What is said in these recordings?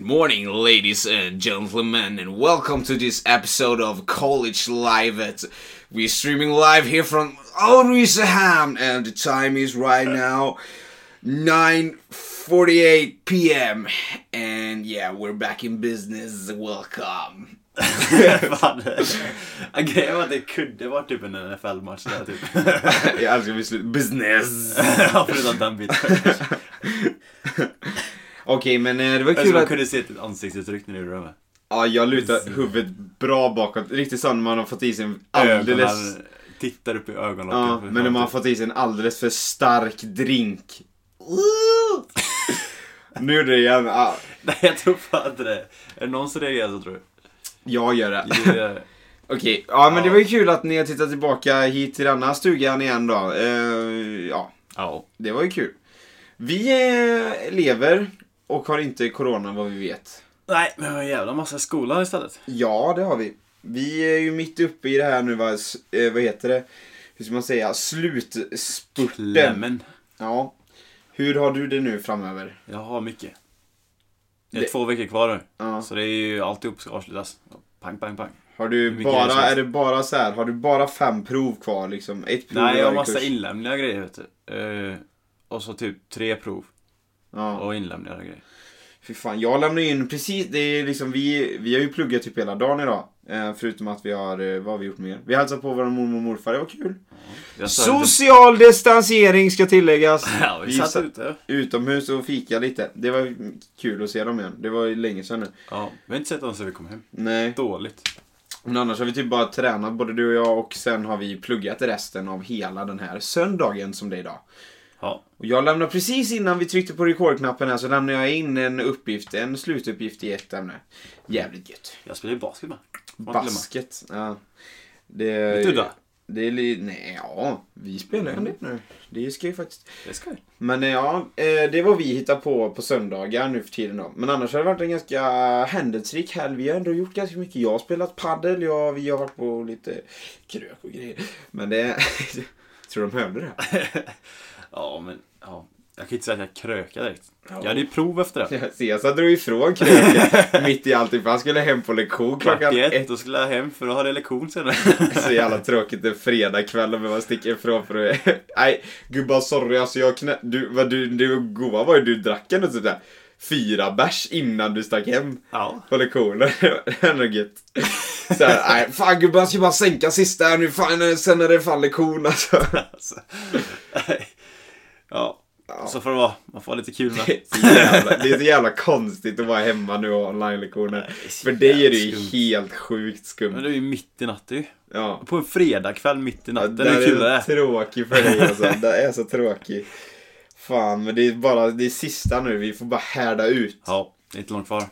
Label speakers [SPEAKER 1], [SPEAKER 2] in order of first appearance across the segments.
[SPEAKER 1] morning, ladies and gentlemen, and welcome to this episode of College Live. At we're streaming live here from Ulricehamn, and the time is right now nine forty-eight p.m. And yeah, we're back in business. Welcome.
[SPEAKER 2] Fan. Grejen var att det kunde varit typ en NFL-match där typ.
[SPEAKER 1] Jag älskar beslut. Business.
[SPEAKER 2] Ja, Förutom den biten.
[SPEAKER 1] Okej, men eh, det var
[SPEAKER 2] Jag
[SPEAKER 1] kul
[SPEAKER 2] man
[SPEAKER 1] att...
[SPEAKER 2] kunde se typ ett ansiktsuttryck när du gjorde det.
[SPEAKER 3] Ja, jag lutar huvudet bra bakåt. Riktigt sån man har fått i sig en alldeles...
[SPEAKER 2] Ögonen tittar upp i typ- ögonlocket.
[SPEAKER 3] Ja, men när man har fått i sig en alldeles för stark drink. nu är det igen. Ja,
[SPEAKER 2] Nej, jag tror fan inte det. Är det någon som reagerar så tror jag.
[SPEAKER 3] jag gör det.
[SPEAKER 2] Det är-
[SPEAKER 3] Okej, ja men det
[SPEAKER 2] Ja.
[SPEAKER 3] var ju kul att ni har tittat tillbaka hit till denna stugan igen då. Eh, ja,
[SPEAKER 2] Ja.
[SPEAKER 3] det var ju kul. Vi eh, lever och har inte corona vad vi vet.
[SPEAKER 2] Nej, men vad jävla massa skolan istället.
[SPEAKER 3] Ja, det har vi. Vi är ju mitt uppe i det här nu, vad, s- eh, vad heter det? Hur ska man säga? Slutspurten.
[SPEAKER 2] Klämmen.
[SPEAKER 3] Ja. Hur har du det nu framöver?
[SPEAKER 2] Jag har mycket. Det är
[SPEAKER 3] Det-
[SPEAKER 2] två veckor kvar nu.
[SPEAKER 3] Ja.
[SPEAKER 2] Så det är ju alltihop ska avslutas. Pang, pang, pang.
[SPEAKER 3] Har du
[SPEAKER 2] Hur mycket är det
[SPEAKER 3] bara,
[SPEAKER 2] som-
[SPEAKER 3] är det bara så här, har du bara fem prov kvar liksom? Ett prov
[SPEAKER 2] Nej,
[SPEAKER 3] i
[SPEAKER 2] jag har
[SPEAKER 3] varje
[SPEAKER 2] massa
[SPEAKER 3] kurs?
[SPEAKER 2] inlämningar och grejer vet du. Eh, och så typ tre prov
[SPEAKER 3] Ja.
[SPEAKER 2] och inlämningar och grejer.
[SPEAKER 3] Fy fan, jag lämnar in precis, det är liksom vi, vi har ju pluggat typ hela dagen idag. Eh, förutom att vi har, eh, vad har vi gjort mer? Vi hälsade på våra mormor och morfar, det var kul.
[SPEAKER 2] Jag sa inte-
[SPEAKER 3] Social distansering ska tilläggas.
[SPEAKER 2] Ja, vi
[SPEAKER 3] Vi
[SPEAKER 2] satt
[SPEAKER 3] satt-
[SPEAKER 2] ute.
[SPEAKER 3] Utomhus och fika lite. Det var kul att se dem igen. Det var ju länge sedan nu.
[SPEAKER 2] Ja, vi har inte sett dem sen vi kom hem.
[SPEAKER 3] Nej.
[SPEAKER 2] Dåligt.
[SPEAKER 3] Men annars har vi typ bara tränat, både du och jag, och sen har vi pluggat resten av hela den här söndagen som det är idag.
[SPEAKER 2] Ja.
[SPEAKER 3] Och jag lämnar precis innan vi tryckte på rekordknappen här så lämnar jag in en uppgift, en slutuppgift i ett ämne. Jävligt gött.
[SPEAKER 2] Jag spelar ju basket med. Får man inte glömma.
[SPEAKER 3] Basket. Ja. Det,
[SPEAKER 2] Lite udda.
[SPEAKER 3] Det är li- nej, ja. Vi spelar ju en del nu. Det ska ju faktiskt.
[SPEAKER 2] Det ska vi.
[SPEAKER 3] Men eh, ja, eh, det var vi hittar på på söndagar nu för tiden då. Men annars har det varit en ganska händelserik helg. Vi har ändå gjort ganska mycket. Jag har spelat padel, jag, vi har varit på lite krök och grejer. Men det... Tror de hörde det?
[SPEAKER 2] Ja, men ja. Jag kan inte säga att jag krökade direkt. Jag hade ju prov efter det.
[SPEAKER 3] Cesar drog ifrån kröken mitt i allting för han skulle hem på lektion
[SPEAKER 2] Klockan
[SPEAKER 3] klockan
[SPEAKER 2] i
[SPEAKER 3] ett.
[SPEAKER 2] ett, då skulle jag hem för att ha det lektion senare.
[SPEAKER 3] Så jävla tråkigt en fredagkväll och behöva sticka ifrån för att... Nej, gubbar sorry alltså jag knä... Du, vad du, du goa var ju du drack ändå typ där fyra bärs innan du stack hem.
[SPEAKER 2] Ja.
[SPEAKER 3] på lektioner. Det är nog gött. Såhär, nej fan gubben jag ska bara sänka sista här nu fan eh, sen är det fan lektion alltså.
[SPEAKER 2] Alltså. Ja. Så får det vara. Man får ha lite kul
[SPEAKER 3] Det
[SPEAKER 2] med.
[SPEAKER 3] är så jävla, det är så jävla konstigt att vara hemma nu och ha online-lektioner.
[SPEAKER 2] är så
[SPEAKER 3] För dig är det
[SPEAKER 2] jävla
[SPEAKER 3] ju helt sjukt
[SPEAKER 2] Men
[SPEAKER 3] skumt.
[SPEAKER 2] det är ju mitt i natten ju.
[SPEAKER 3] Ja.
[SPEAKER 2] På en fredagkväll mitt i natten.
[SPEAKER 3] Den
[SPEAKER 2] Hur kul är det?
[SPEAKER 3] är tråkig för dig alltså. Den är så tråkig. Fan, men det är bara det är sista nu. Vi får bara härda ut.
[SPEAKER 2] Ja, det är inte långt kvar.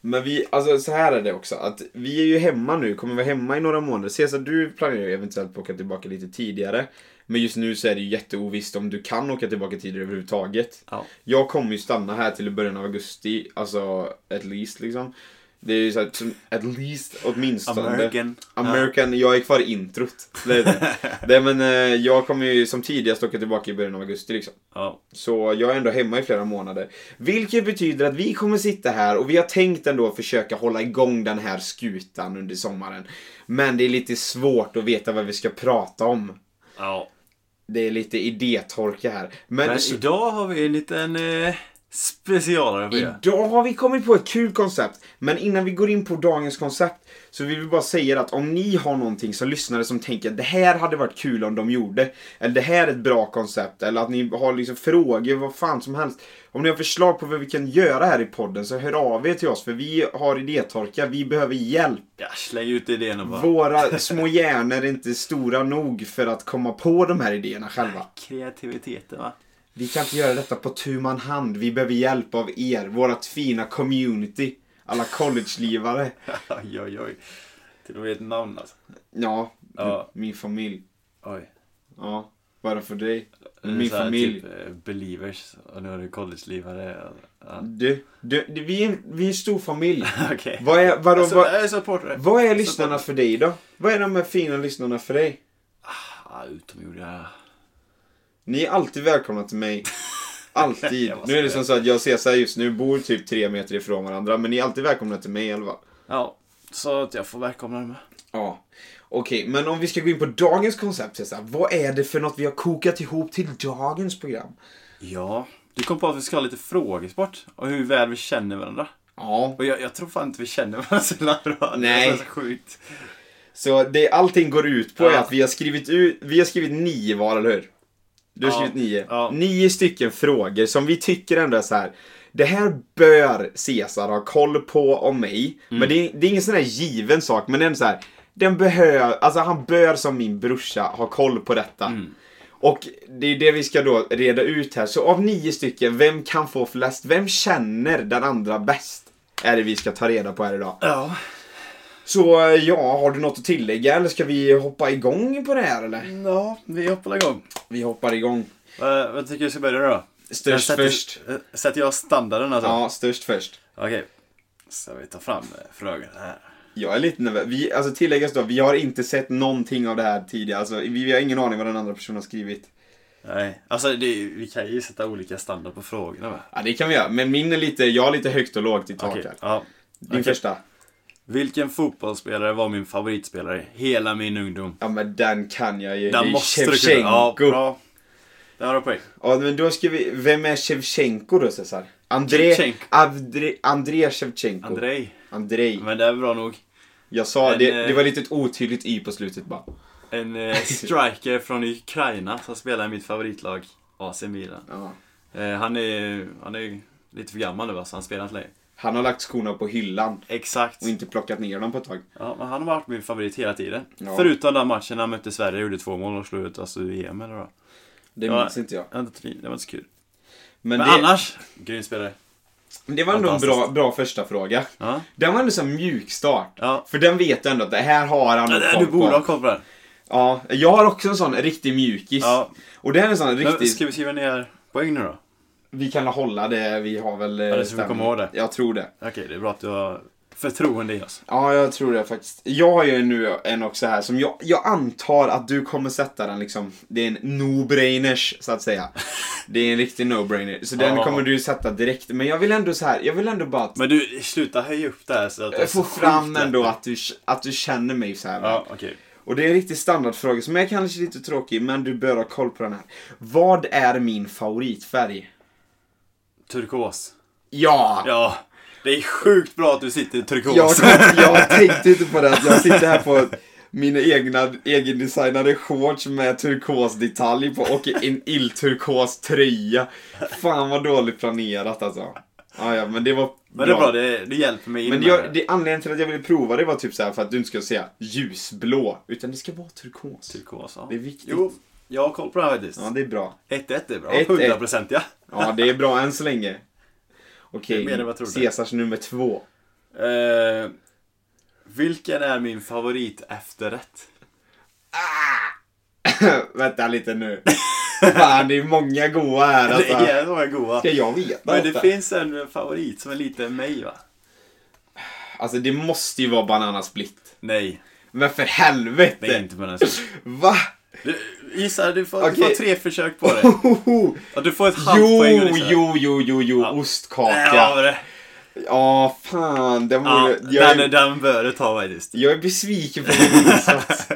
[SPEAKER 3] Men vi, alltså så här är det också, att vi är ju hemma nu, kommer vara hemma i några månader. Cesar, du planerar ju eventuellt på att åka tillbaka lite tidigare. Men just nu så är det ju jätteovisst om du kan åka tillbaka tidigare överhuvudtaget.
[SPEAKER 2] Ja.
[SPEAKER 3] Jag kommer ju stanna här till i början av augusti, alltså at least liksom. Det är ju såhär, at least åtminstone.
[SPEAKER 2] American.
[SPEAKER 3] American, jag är kvar i introt. Det är det. Nej men eh, jag kommer ju som tidigast åka tillbaka i början av augusti liksom.
[SPEAKER 2] Ja.
[SPEAKER 3] Så jag är ändå hemma i flera månader. Vilket betyder att vi kommer sitta här och vi har tänkt ändå försöka hålla igång den här skutan under sommaren. Men det är lite svårt att veta vad vi ska prata om.
[SPEAKER 2] ja.
[SPEAKER 3] Det är lite idétorka här. Men,
[SPEAKER 2] Men
[SPEAKER 3] så,
[SPEAKER 2] idag har vi en liten eh, specialare på er.
[SPEAKER 3] idag har vi kommit på ett kul koncept. Men innan vi går in på dagens koncept så vill vi bara säga att om ni har någonting som lyssnare som tänker att det här hade varit kul om de gjorde. Eller det här är ett bra koncept. Eller att ni har liksom frågor, vad fan som helst. Om ni har förslag på vad vi kan göra här i podden så hör av er till oss för vi har idétorka, vi behöver hjälp.
[SPEAKER 2] Ja, släng ut idén och bara.
[SPEAKER 3] Våra små hjärnor är inte stora nog för att komma på de här idéerna själva.
[SPEAKER 2] Kreativiteten va?
[SPEAKER 3] Vi kan inte göra detta på tu man hand. Vi behöver hjälp av er, vårt fina community. Alla college-livare.
[SPEAKER 2] oj, oj, oj. Till och med ett namn alltså.
[SPEAKER 3] Ja,
[SPEAKER 2] Ja.
[SPEAKER 3] min familj.
[SPEAKER 2] Oj.
[SPEAKER 3] Ja, bara för dig.
[SPEAKER 2] Det är
[SPEAKER 3] Min
[SPEAKER 2] så här
[SPEAKER 3] familj.
[SPEAKER 2] Typ, eh, believers. Och nu har du college-livare. Ja.
[SPEAKER 3] Du, du, du vi, är, vi är en stor familj.
[SPEAKER 2] Okej.
[SPEAKER 3] Vad är, vadå,
[SPEAKER 2] Alltså,
[SPEAKER 3] vad,
[SPEAKER 2] jag är supporter.
[SPEAKER 3] vad är lyssnarna för dig då? Vad är de här fina lyssnarna för dig?
[SPEAKER 2] Ah, utomjordiga.
[SPEAKER 3] Ni är alltid välkomna till mig. Alltid.
[SPEAKER 2] Jag måste
[SPEAKER 3] Nu är det
[SPEAKER 2] säga.
[SPEAKER 3] som så att jag och Cesar just nu bor typ tre meter ifrån varandra, men ni är alltid välkomna till mig i alla fall.
[SPEAKER 2] Ja, så att jag får välkomna dem med.
[SPEAKER 3] Ja. Okej, men om vi ska gå in på dagens koncept Cesar. Vad är det för något vi har kokat ihop till dagens program?
[SPEAKER 2] Ja, du kom på att vi ska ha lite frågesport och hur väl vi känner varandra.
[SPEAKER 3] Ja.
[SPEAKER 2] Och jag, jag tror fan inte vi känner varandra så jävla bra.
[SPEAKER 3] Nej.
[SPEAKER 2] Det är så sjukt.
[SPEAKER 3] Så det allting går ut på
[SPEAKER 2] Ja.
[SPEAKER 3] är att vi har skrivit ut, vi har skrivit nio var, eller hur? Du har
[SPEAKER 2] Ja.
[SPEAKER 3] skrivit nio.
[SPEAKER 2] Ja.
[SPEAKER 3] Nio stycken frågor som vi tycker ändå är så här. Det här bör Cesar ha koll på om mig.
[SPEAKER 2] Mm.
[SPEAKER 3] Men det är, det är ingen sån här given sak, men den så här. Den behöver, alltså han bör som min brorsa ha koll på detta.
[SPEAKER 2] Mm.
[SPEAKER 3] Och det är det vi ska då reda ut här. Så av nio stycken, vem kan få flest? Vem känner den andra bäst? Är det vi ska ta reda på här idag.
[SPEAKER 2] Ja.
[SPEAKER 3] Så eh, ja, har du något att tillägga eller ska vi hoppa igång på det här eller?
[SPEAKER 2] Ja, vi hoppar igång.
[SPEAKER 3] Vi hoppar igång.
[SPEAKER 2] Vad- vad tycker du ska börja då? Jag
[SPEAKER 3] Störst
[SPEAKER 2] sätter,
[SPEAKER 3] först.
[SPEAKER 2] eh, Sätter jag standarden alltså?
[SPEAKER 3] Ja, störst först.
[SPEAKER 2] Okej. Så vi tar fram eh, frågan här.
[SPEAKER 3] Jag är lite nervös. Vi, alltså tilläggas då, vi har inte sett någonting av det här tidigare. Alltså, vi, vi har ingen aning vad den andra personen har skrivit.
[SPEAKER 2] Nej, alltså det, är- vi kan ju sätta olika standard på frågorna va?
[SPEAKER 3] Ja, det kan vi göra. Men min är lite, jag har lite högt och lågt i tak
[SPEAKER 2] Okej,
[SPEAKER 3] här.
[SPEAKER 2] ja.
[SPEAKER 3] Din
[SPEAKER 2] Okej.
[SPEAKER 3] första.
[SPEAKER 2] Vilken fotbollsspelare var min favoritspelare hela min ungdom?
[SPEAKER 3] Ja men den kan jag ju. det
[SPEAKER 2] Den
[SPEAKER 3] är
[SPEAKER 2] måste du kunna. Ja,
[SPEAKER 3] Shevchenko. Ja,
[SPEAKER 2] bra. Där har du poäng.
[SPEAKER 3] men då ska vi, vem är Shevchenko då Cesar? André,
[SPEAKER 2] Shevchenko.
[SPEAKER 3] André, André Shevchenko.
[SPEAKER 2] Andrej.
[SPEAKER 3] Andrei.
[SPEAKER 2] Men det är bra nog.
[SPEAKER 3] Jag sa,
[SPEAKER 2] Men,
[SPEAKER 3] det,
[SPEAKER 2] eh,
[SPEAKER 3] det var lite ett otydligt i på slutet bara.
[SPEAKER 2] En eh, striker från Ukraina som spelar i mitt favoritlag AC Milan.
[SPEAKER 3] Ja.
[SPEAKER 2] Eh, han är han är ju lite för gammal nu va, så han spelar inte längre.
[SPEAKER 3] Han har lagt skorna på hyllan
[SPEAKER 2] Exakt.
[SPEAKER 3] och inte plockat ner dem på ett tag.
[SPEAKER 2] Ja, men han har varit min favorit hela tiden.
[SPEAKER 3] Ja.
[SPEAKER 2] Förutom den matchen när han mötte Sverige och gjorde två mål och slog ut oss ur EM eller vad.
[SPEAKER 3] Det
[SPEAKER 2] Ja.
[SPEAKER 3] minns inte jag.
[SPEAKER 2] Det var inte- Det var inte så kul.
[SPEAKER 3] Men,
[SPEAKER 2] Men,
[SPEAKER 3] det,
[SPEAKER 2] annars, grym spelare.
[SPEAKER 3] det var ändå en bra,
[SPEAKER 2] Fantastiskt.
[SPEAKER 3] bra första fråga.
[SPEAKER 2] Ja.
[SPEAKER 3] Den var ändå så här mjuk start.
[SPEAKER 2] Ja.
[SPEAKER 3] För den vet jag ändå att det här har han nog
[SPEAKER 2] Du
[SPEAKER 3] koll på.
[SPEAKER 2] borde ha koll på den.
[SPEAKER 3] Ja, jag har också en sån riktig mjukis.
[SPEAKER 2] Ja.
[SPEAKER 3] Och det här är en sån
[SPEAKER 2] Men,
[SPEAKER 3] riktig...
[SPEAKER 2] ska vi skriva ner poäng nu då?
[SPEAKER 3] Vi kan hålla det, vi har väl... Ja,
[SPEAKER 2] det ska vi komma ihåg det.
[SPEAKER 3] Jag tror det.
[SPEAKER 2] Okej, det är bra att du har förtroende i oss.
[SPEAKER 3] Ja, jag tror det faktiskt. Jag har ju nu en också här som jag, jag antar att du kommer sätta den liksom. Det är en no-brainers så att säga. Det är en riktig no-brainer. Så den
[SPEAKER 2] Ja.
[SPEAKER 3] kommer du sätta direkt. Men jag vill ändå så här, jag vill ändå bara att
[SPEAKER 2] Men du, sluta höja upp det här så att det är
[SPEAKER 3] jag får
[SPEAKER 2] så sjukt
[SPEAKER 3] fram
[SPEAKER 2] lätt.
[SPEAKER 3] ändå att du, att du känner mig så här.
[SPEAKER 2] Ja, okej.
[SPEAKER 3] Och det är en riktig standardfråga som är kanske lite tråkig men du bör ha koll på den här. Vad är min favoritfärg?
[SPEAKER 2] Turkos.
[SPEAKER 3] Ja!
[SPEAKER 2] Ja, det är sjukt bra att du sitter i turkos.
[SPEAKER 3] Jag, jag tänkte inte på det att jag sitter här på mina egna egendesignade shorts med turkosdetalj på och en illturkos tröja. Fan vad dåligt planerat alltså. Ja, ja, men det var
[SPEAKER 2] Men det är bra, det, det hjälper mig in
[SPEAKER 3] Men
[SPEAKER 2] med
[SPEAKER 3] jag, det, anledningen till att jag ville prova det var typ så här för att du inte ska säga ljusblå, utan det ska vara turkos.
[SPEAKER 2] Turkos, ja.
[SPEAKER 3] Det är viktigt.
[SPEAKER 2] Jo, jag har koll på det här faktiskt.
[SPEAKER 3] Ja, det är bra.
[SPEAKER 2] 1-1 är bra.
[SPEAKER 3] 1-1.
[SPEAKER 2] 100% ja.
[SPEAKER 3] Ja, det är bra än så länge. Okej,
[SPEAKER 2] Det är mer än vad jag trodde.
[SPEAKER 3] Caesars nummer två.
[SPEAKER 2] Eh, vilken är min favorit efterrätt?
[SPEAKER 3] Vänta lite nu. Fan, det är många goda här
[SPEAKER 2] Det
[SPEAKER 3] alltså.
[SPEAKER 2] är de är goda.
[SPEAKER 3] Ska jag veta
[SPEAKER 2] Men det
[SPEAKER 3] detta?
[SPEAKER 2] finns en favorit som är lite mig va?
[SPEAKER 3] Alltså det måste ju vara bananasplitt.
[SPEAKER 2] Nej,
[SPEAKER 3] Men för helvete!
[SPEAKER 2] det är inte på den sidan.
[SPEAKER 3] Va?
[SPEAKER 2] Du, Gissa, du får, du
[SPEAKER 3] Okej.
[SPEAKER 2] får tre försök på det.
[SPEAKER 3] Hoho!
[SPEAKER 2] Ja, du får ett halvt
[SPEAKER 3] Jo,
[SPEAKER 2] poäng och gissa.
[SPEAKER 3] jo, jo, jo, jo,
[SPEAKER 2] Ja.
[SPEAKER 3] ostkaka.
[SPEAKER 2] Ja,
[SPEAKER 3] Ja,
[SPEAKER 2] var det.
[SPEAKER 3] fan. Den
[SPEAKER 2] Ja,
[SPEAKER 3] vore... jag,
[SPEAKER 2] den,
[SPEAKER 3] är,
[SPEAKER 2] den bör du ta faktiskt.
[SPEAKER 3] jag är besviken på min insats.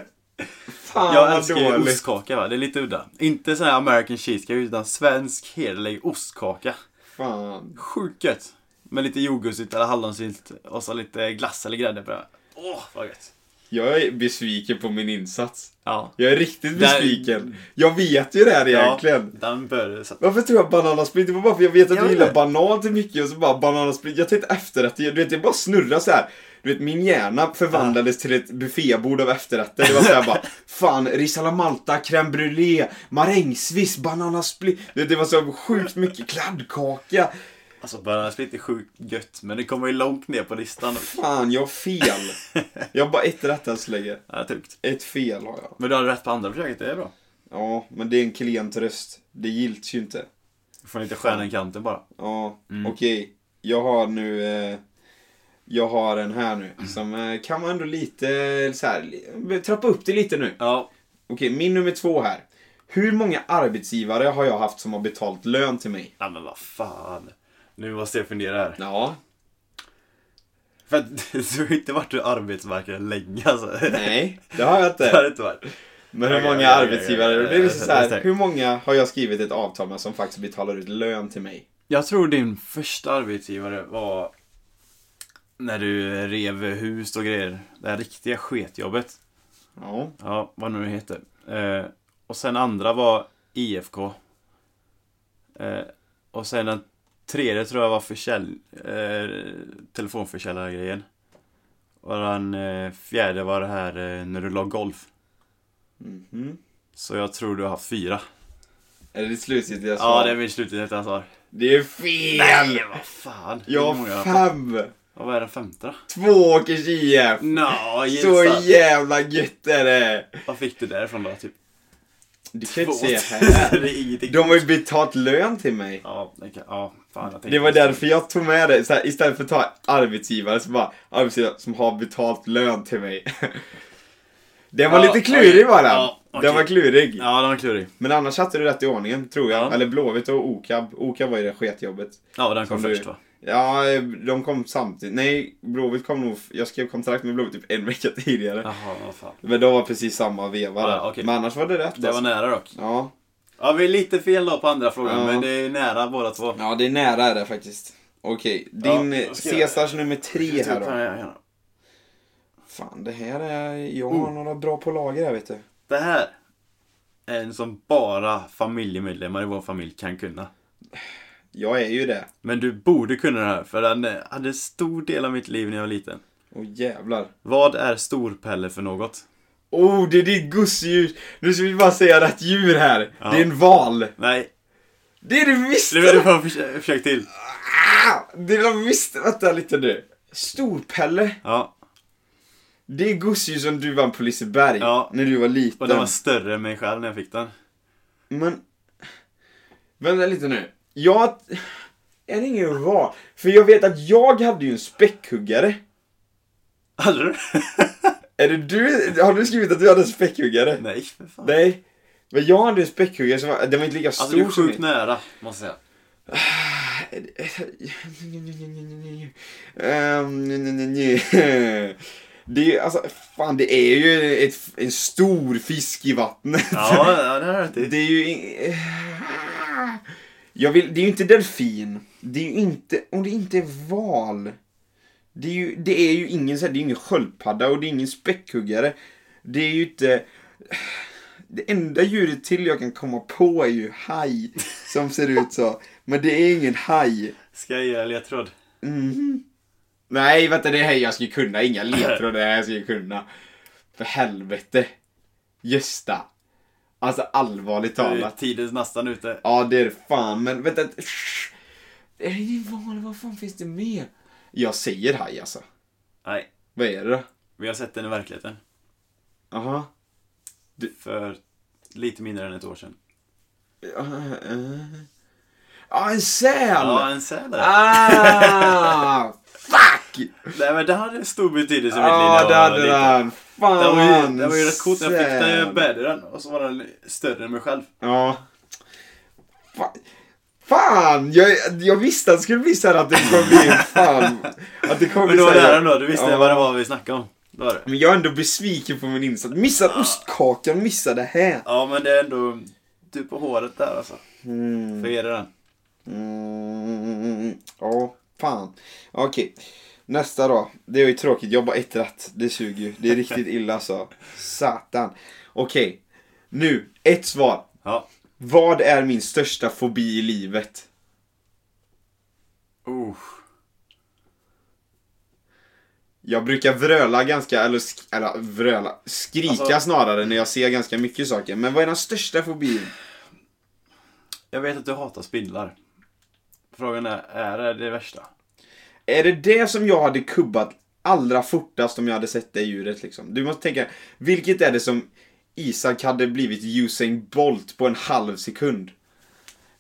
[SPEAKER 3] Fan
[SPEAKER 2] Jag
[SPEAKER 3] vad
[SPEAKER 2] älskar ju
[SPEAKER 3] dåligt.
[SPEAKER 2] ostkaka va, det är lite udda. Inte sån här American cheesecake utan svensk hederlig ostkaka.
[SPEAKER 3] Fan.
[SPEAKER 2] Sjukt gött. Med lite jordgubbssylt eller hallonsylt och så lite glass eller grädde på det. Åh, vad gött.
[SPEAKER 3] Jag är besviken på min insats.
[SPEAKER 2] Ja.
[SPEAKER 3] Jag är riktigt
[SPEAKER 2] Där-
[SPEAKER 3] besviken. Jag vet ju det här egentligen.
[SPEAKER 2] Ja, den bör du sätta.
[SPEAKER 3] Varför tror jag bananasplit? Det var bara för jag vet att
[SPEAKER 2] Jag
[SPEAKER 3] du
[SPEAKER 2] vet.
[SPEAKER 3] gillar banan till mycket och så bara bananasplit. Jag tänkte efterrätter, du vet det bara snurrar så här. Du vet min hjärna förvandlades till ett buffébord av efterrätter. Det var såhär bara, fan ris à la malta, crème brûlée, marängsviss, bananasplit. Du vet, Det var så sjukt mycket kladdkaka.
[SPEAKER 2] Alltså banansplit är sjukt gött men det kommer ju långt ner på listan.
[SPEAKER 3] Fan, jag har fel. Jag har bara ett rätt än så länge.
[SPEAKER 2] Ja, tungt.
[SPEAKER 3] Ett fel har jag.
[SPEAKER 2] Men du hade rätt på andra försöket, det är bra.
[SPEAKER 3] Ja, men det är en klen tröst. Det gilts ju inte.
[SPEAKER 2] Du får lite stjärna i kanten bara.
[SPEAKER 3] Ja,
[SPEAKER 2] Mm.
[SPEAKER 3] okej. Jag har nu... Eh, jag har en här nu som eh, kan man ändå lite eh, så här, li- trappa eh, upp det lite nu.
[SPEAKER 2] Ja,
[SPEAKER 3] Okej, min nummer två här. Hur många arbetsgivare har jag haft som har betalt lön till mig?
[SPEAKER 2] Nej men vad fan. Nu måste jag fundera här.
[SPEAKER 3] Ja.
[SPEAKER 2] För att du har inte varit ur arbetsmarknaden länge alltså.
[SPEAKER 3] Nej, det har jag
[SPEAKER 2] Det har
[SPEAKER 3] inte.
[SPEAKER 2] det inte varit.
[SPEAKER 3] Men hur
[SPEAKER 2] Okej,
[SPEAKER 3] många
[SPEAKER 2] okej, okej,
[SPEAKER 3] arbetsgivare?
[SPEAKER 2] okej,
[SPEAKER 3] Det är
[SPEAKER 2] okej,
[SPEAKER 3] så här,
[SPEAKER 2] okej.
[SPEAKER 3] hur många har jag skrivit ett avtal med som faktiskt betalar ut lön till mig?
[SPEAKER 2] Jag tror din första arbetsgivare var när du rev hus och grejer. Det här riktiga sketjobbet.
[SPEAKER 3] Ja.
[SPEAKER 2] Ja, vad nu det heter. Eh, och sen andra var IFK. Eh, och sen den tredje tror jag var försälj... Eh, telefonförsäljargrejen. Och den eh, fjärde var det här eh, när du la golf.
[SPEAKER 3] Mhm.
[SPEAKER 2] Så jag tror du har fyra.
[SPEAKER 3] Är det ditt slutgiltiga svar?
[SPEAKER 2] Ja, det är mitt slutgiltiga svar.
[SPEAKER 3] Det är fel!
[SPEAKER 2] Nej, vad fan. Hur
[SPEAKER 3] Jag
[SPEAKER 2] många-
[SPEAKER 3] har fem!
[SPEAKER 2] Ja, Vad är den femte då?
[SPEAKER 3] Tvååkers IF!
[SPEAKER 2] Nå,
[SPEAKER 3] Så
[SPEAKER 2] gissa.
[SPEAKER 3] jävla gött är det!
[SPEAKER 2] Vad fick du därifrån då? Typ
[SPEAKER 3] Du kan
[SPEAKER 2] två?
[SPEAKER 3] inte se
[SPEAKER 2] det
[SPEAKER 3] här.
[SPEAKER 2] är ingenting.
[SPEAKER 3] De har ju betalt lön till mig.
[SPEAKER 2] Ja, det kan- ja, fan jag tänkte...
[SPEAKER 3] Det var därför jag tog med det. Så här, istället för att ta arbetsgivare så bara arbetsgivare som har betalt lön till mig. Den var
[SPEAKER 2] Ja,
[SPEAKER 3] lite klurig
[SPEAKER 2] okej.
[SPEAKER 3] var den.
[SPEAKER 2] Ja, okej.
[SPEAKER 3] Den var klurig.
[SPEAKER 2] Ja, den var klurig.
[SPEAKER 3] Men annars satte du rätt i ordningen tror jag.
[SPEAKER 2] Ja.
[SPEAKER 3] Eller Blåvitt och Okab. Okab var ju det sketjobbet.
[SPEAKER 2] Ja, den kom
[SPEAKER 3] Som du-
[SPEAKER 2] först va?
[SPEAKER 3] Ja, de kom samtidigt. Nej, Blåvitt kom nog... Jag skrev kontrakt med Blåvitt typ en vecka tidigare.
[SPEAKER 2] Jaha, vad fan.
[SPEAKER 3] Men de var precis samma veva där.
[SPEAKER 2] Ja, okej.
[SPEAKER 3] Men annars var det rätt.
[SPEAKER 2] Det var
[SPEAKER 3] alltså.
[SPEAKER 2] nära dock.
[SPEAKER 3] ja.
[SPEAKER 2] Ja, vi är lite fel då på andra frågan,
[SPEAKER 3] Ja.
[SPEAKER 2] men det är nära båda två.
[SPEAKER 3] ja, det är nära är det faktiskt. Okej, din
[SPEAKER 2] Ja, då ska jag-
[SPEAKER 3] Caesars nummer tre här då.
[SPEAKER 2] Typ här då.
[SPEAKER 3] Fan, det här är... Jag har några bra på lager här vet du.
[SPEAKER 2] Det här är en som bara familjemedlemmar i vår familj kan kunna.
[SPEAKER 3] Jag är ju det.
[SPEAKER 2] Men du borde kunna det här, för den eh, hade stor del av mitt liv när jag var liten.
[SPEAKER 3] Åh jävlar.
[SPEAKER 2] Vad är storpelle för något?
[SPEAKER 3] Oh, det är ditt gosedjur! Nu ska vi bara säga rätt djur här. Det är en val.
[SPEAKER 2] Nej,
[SPEAKER 3] Det är det visst!
[SPEAKER 2] nu är det bara försök, försök till.
[SPEAKER 3] Ah, det är de visst! Vänta lite nu. Storpelle.
[SPEAKER 2] Ja,
[SPEAKER 3] Det är gosedjur som du vann på Liseberg.
[SPEAKER 2] Ja.
[SPEAKER 3] När du var
[SPEAKER 2] och
[SPEAKER 3] liten.
[SPEAKER 2] den var större än mig själv när jag fick den.
[SPEAKER 3] Men... Vänta lite nu. Jag... Är det ingen var? För jag vet att jag hade ju en späckhuggare.
[SPEAKER 2] Hade du?
[SPEAKER 3] Är det du? Har du skrivit att du hade en späckhuggare?
[SPEAKER 2] Nej, för fan.
[SPEAKER 3] Nej. Men jag hade en späckhuggare som var... Den var inte lika
[SPEAKER 2] Alltså
[SPEAKER 3] stor
[SPEAKER 2] du är
[SPEAKER 3] som
[SPEAKER 2] sjukt nära, måste jag säga.
[SPEAKER 3] Ehm, nej, nej, nej, nej. Det är alltså, fan det är ju ett, en stor fisk i vattnet.
[SPEAKER 2] Ja, ja, det har jag rätt i.
[SPEAKER 3] Det är ju... in- Jag vill, det är ju inte delfin. Det är ju inte, och det är inte val. Det är ju, det är ju ingen så här, det är ju ingen sköldpadda och det är ingen späckhuggare. Det är ju inte... Det enda djuret till jag kan komma på är ju haj. Som ser ut så. Men det är ingen haj.
[SPEAKER 2] Ska jag ge dig ledtråd?
[SPEAKER 3] Mhm. Nej, vänta det här jag skulle kunna. Inga ledtrådar det här jag skulle kunna. För helvete. Gösta. Alltså allvarligt
[SPEAKER 2] Nu är
[SPEAKER 3] talat.
[SPEAKER 2] Tiden nästan ute.
[SPEAKER 3] Ja, det är det fan, men vänta. Shh. Är det ingen val? Vad fan finns det mer? Jag säger haj alltså.
[SPEAKER 2] Nej,
[SPEAKER 3] Vad är det då?
[SPEAKER 2] vi har sett den i verkligheten.
[SPEAKER 3] Jaha.
[SPEAKER 2] För lite mindre än ett år sedan.
[SPEAKER 3] Ja, eh. Ah, en säl!
[SPEAKER 2] Ja, en säl där.
[SPEAKER 3] Ah! Fuck!
[SPEAKER 2] Nej men det hade stor betydelse i mitt liv när
[SPEAKER 3] Ja,
[SPEAKER 2] jag
[SPEAKER 3] det
[SPEAKER 2] var
[SPEAKER 3] hade
[SPEAKER 2] liten.
[SPEAKER 3] den.
[SPEAKER 2] Det
[SPEAKER 3] Fan!
[SPEAKER 2] var ju, det var ju rätt coolt när jag fick den, jag
[SPEAKER 3] säl.
[SPEAKER 2] bärde den och så var den större än mig själv.
[SPEAKER 3] Ja. Fan, fan jag, jag visste att det skulle bli så här att det kommer bli fan. Att det kommer
[SPEAKER 2] Men
[SPEAKER 3] bli
[SPEAKER 2] då
[SPEAKER 3] så
[SPEAKER 2] var
[SPEAKER 3] här.
[SPEAKER 2] det ändå, du visste
[SPEAKER 3] Ja.
[SPEAKER 2] vad det var vi snackade om. Då var det.
[SPEAKER 3] Men jag är ändå besviken på min insats. Missad ostkakan, missade det här.
[SPEAKER 2] Ja men det är ändå, du på håret där alltså.
[SPEAKER 3] Mm.
[SPEAKER 2] För är det den.
[SPEAKER 3] Mm. Ja, fan. Okej. Nästa då. Det är ju tråkigt. Jag har bara ett rätt. Det suger ju. Det är riktigt illa så. Satan. Okej. Nu, ett svar.
[SPEAKER 2] Ja.
[SPEAKER 3] Vad är min största fobi i livet?
[SPEAKER 2] Uh.
[SPEAKER 3] Jag brukar vröla ganska, eller, sk- eller vröla, skrika
[SPEAKER 2] Alltså-
[SPEAKER 3] snarare när jag ser ganska mycket saker. Men vad är den största fobin?
[SPEAKER 2] Jag vet att du hatar spindlar. Frågan är, är det det värsta?
[SPEAKER 3] Är det det som jag hade kubbat allra fortast om jag hade sett det djuret liksom? Du måste tänka, vilket är det som Isak hade blivit Usain Bolt på en halv sekund?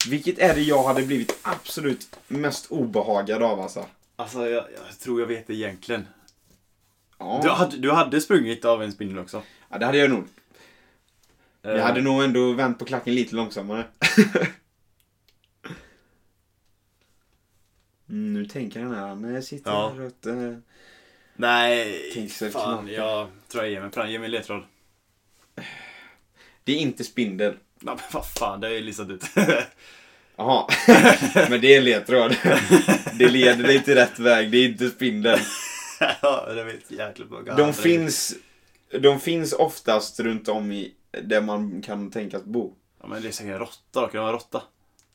[SPEAKER 3] Vilket är det jag hade blivit absolut mest obehagad av alltså?
[SPEAKER 2] Alltså jag, jag tror jag vet det egentligen. Du
[SPEAKER 3] Ja,
[SPEAKER 2] hade, du hade sprungit av en spindel också.
[SPEAKER 3] ja det hade jag nog.
[SPEAKER 2] Eh,
[SPEAKER 3] Jag hade nog ändå vänt på klacken lite långsammare. Mm, nu tänker han här. Han eh, sitter
[SPEAKER 2] Ja.
[SPEAKER 3] här och... eh,
[SPEAKER 2] Nej,
[SPEAKER 3] Tingsrätt
[SPEAKER 2] fan.
[SPEAKER 3] knappt.
[SPEAKER 2] Jag tror jag ger mig på den. Ge mig en ledtråd.
[SPEAKER 3] Det är inte spindel.
[SPEAKER 2] Ja, men vad fan, det har jag ju listat ut.
[SPEAKER 3] Jaha. Men det är en ledtråd. Det leder dig till rätt väg. Det är inte spindel.
[SPEAKER 2] ja, det vet jäkligt många.
[SPEAKER 3] De finns, de finns oftast runt om i där man kan tänkas bo.
[SPEAKER 2] Ja, men det är säkert en råtta då. Kan det vara en råtta?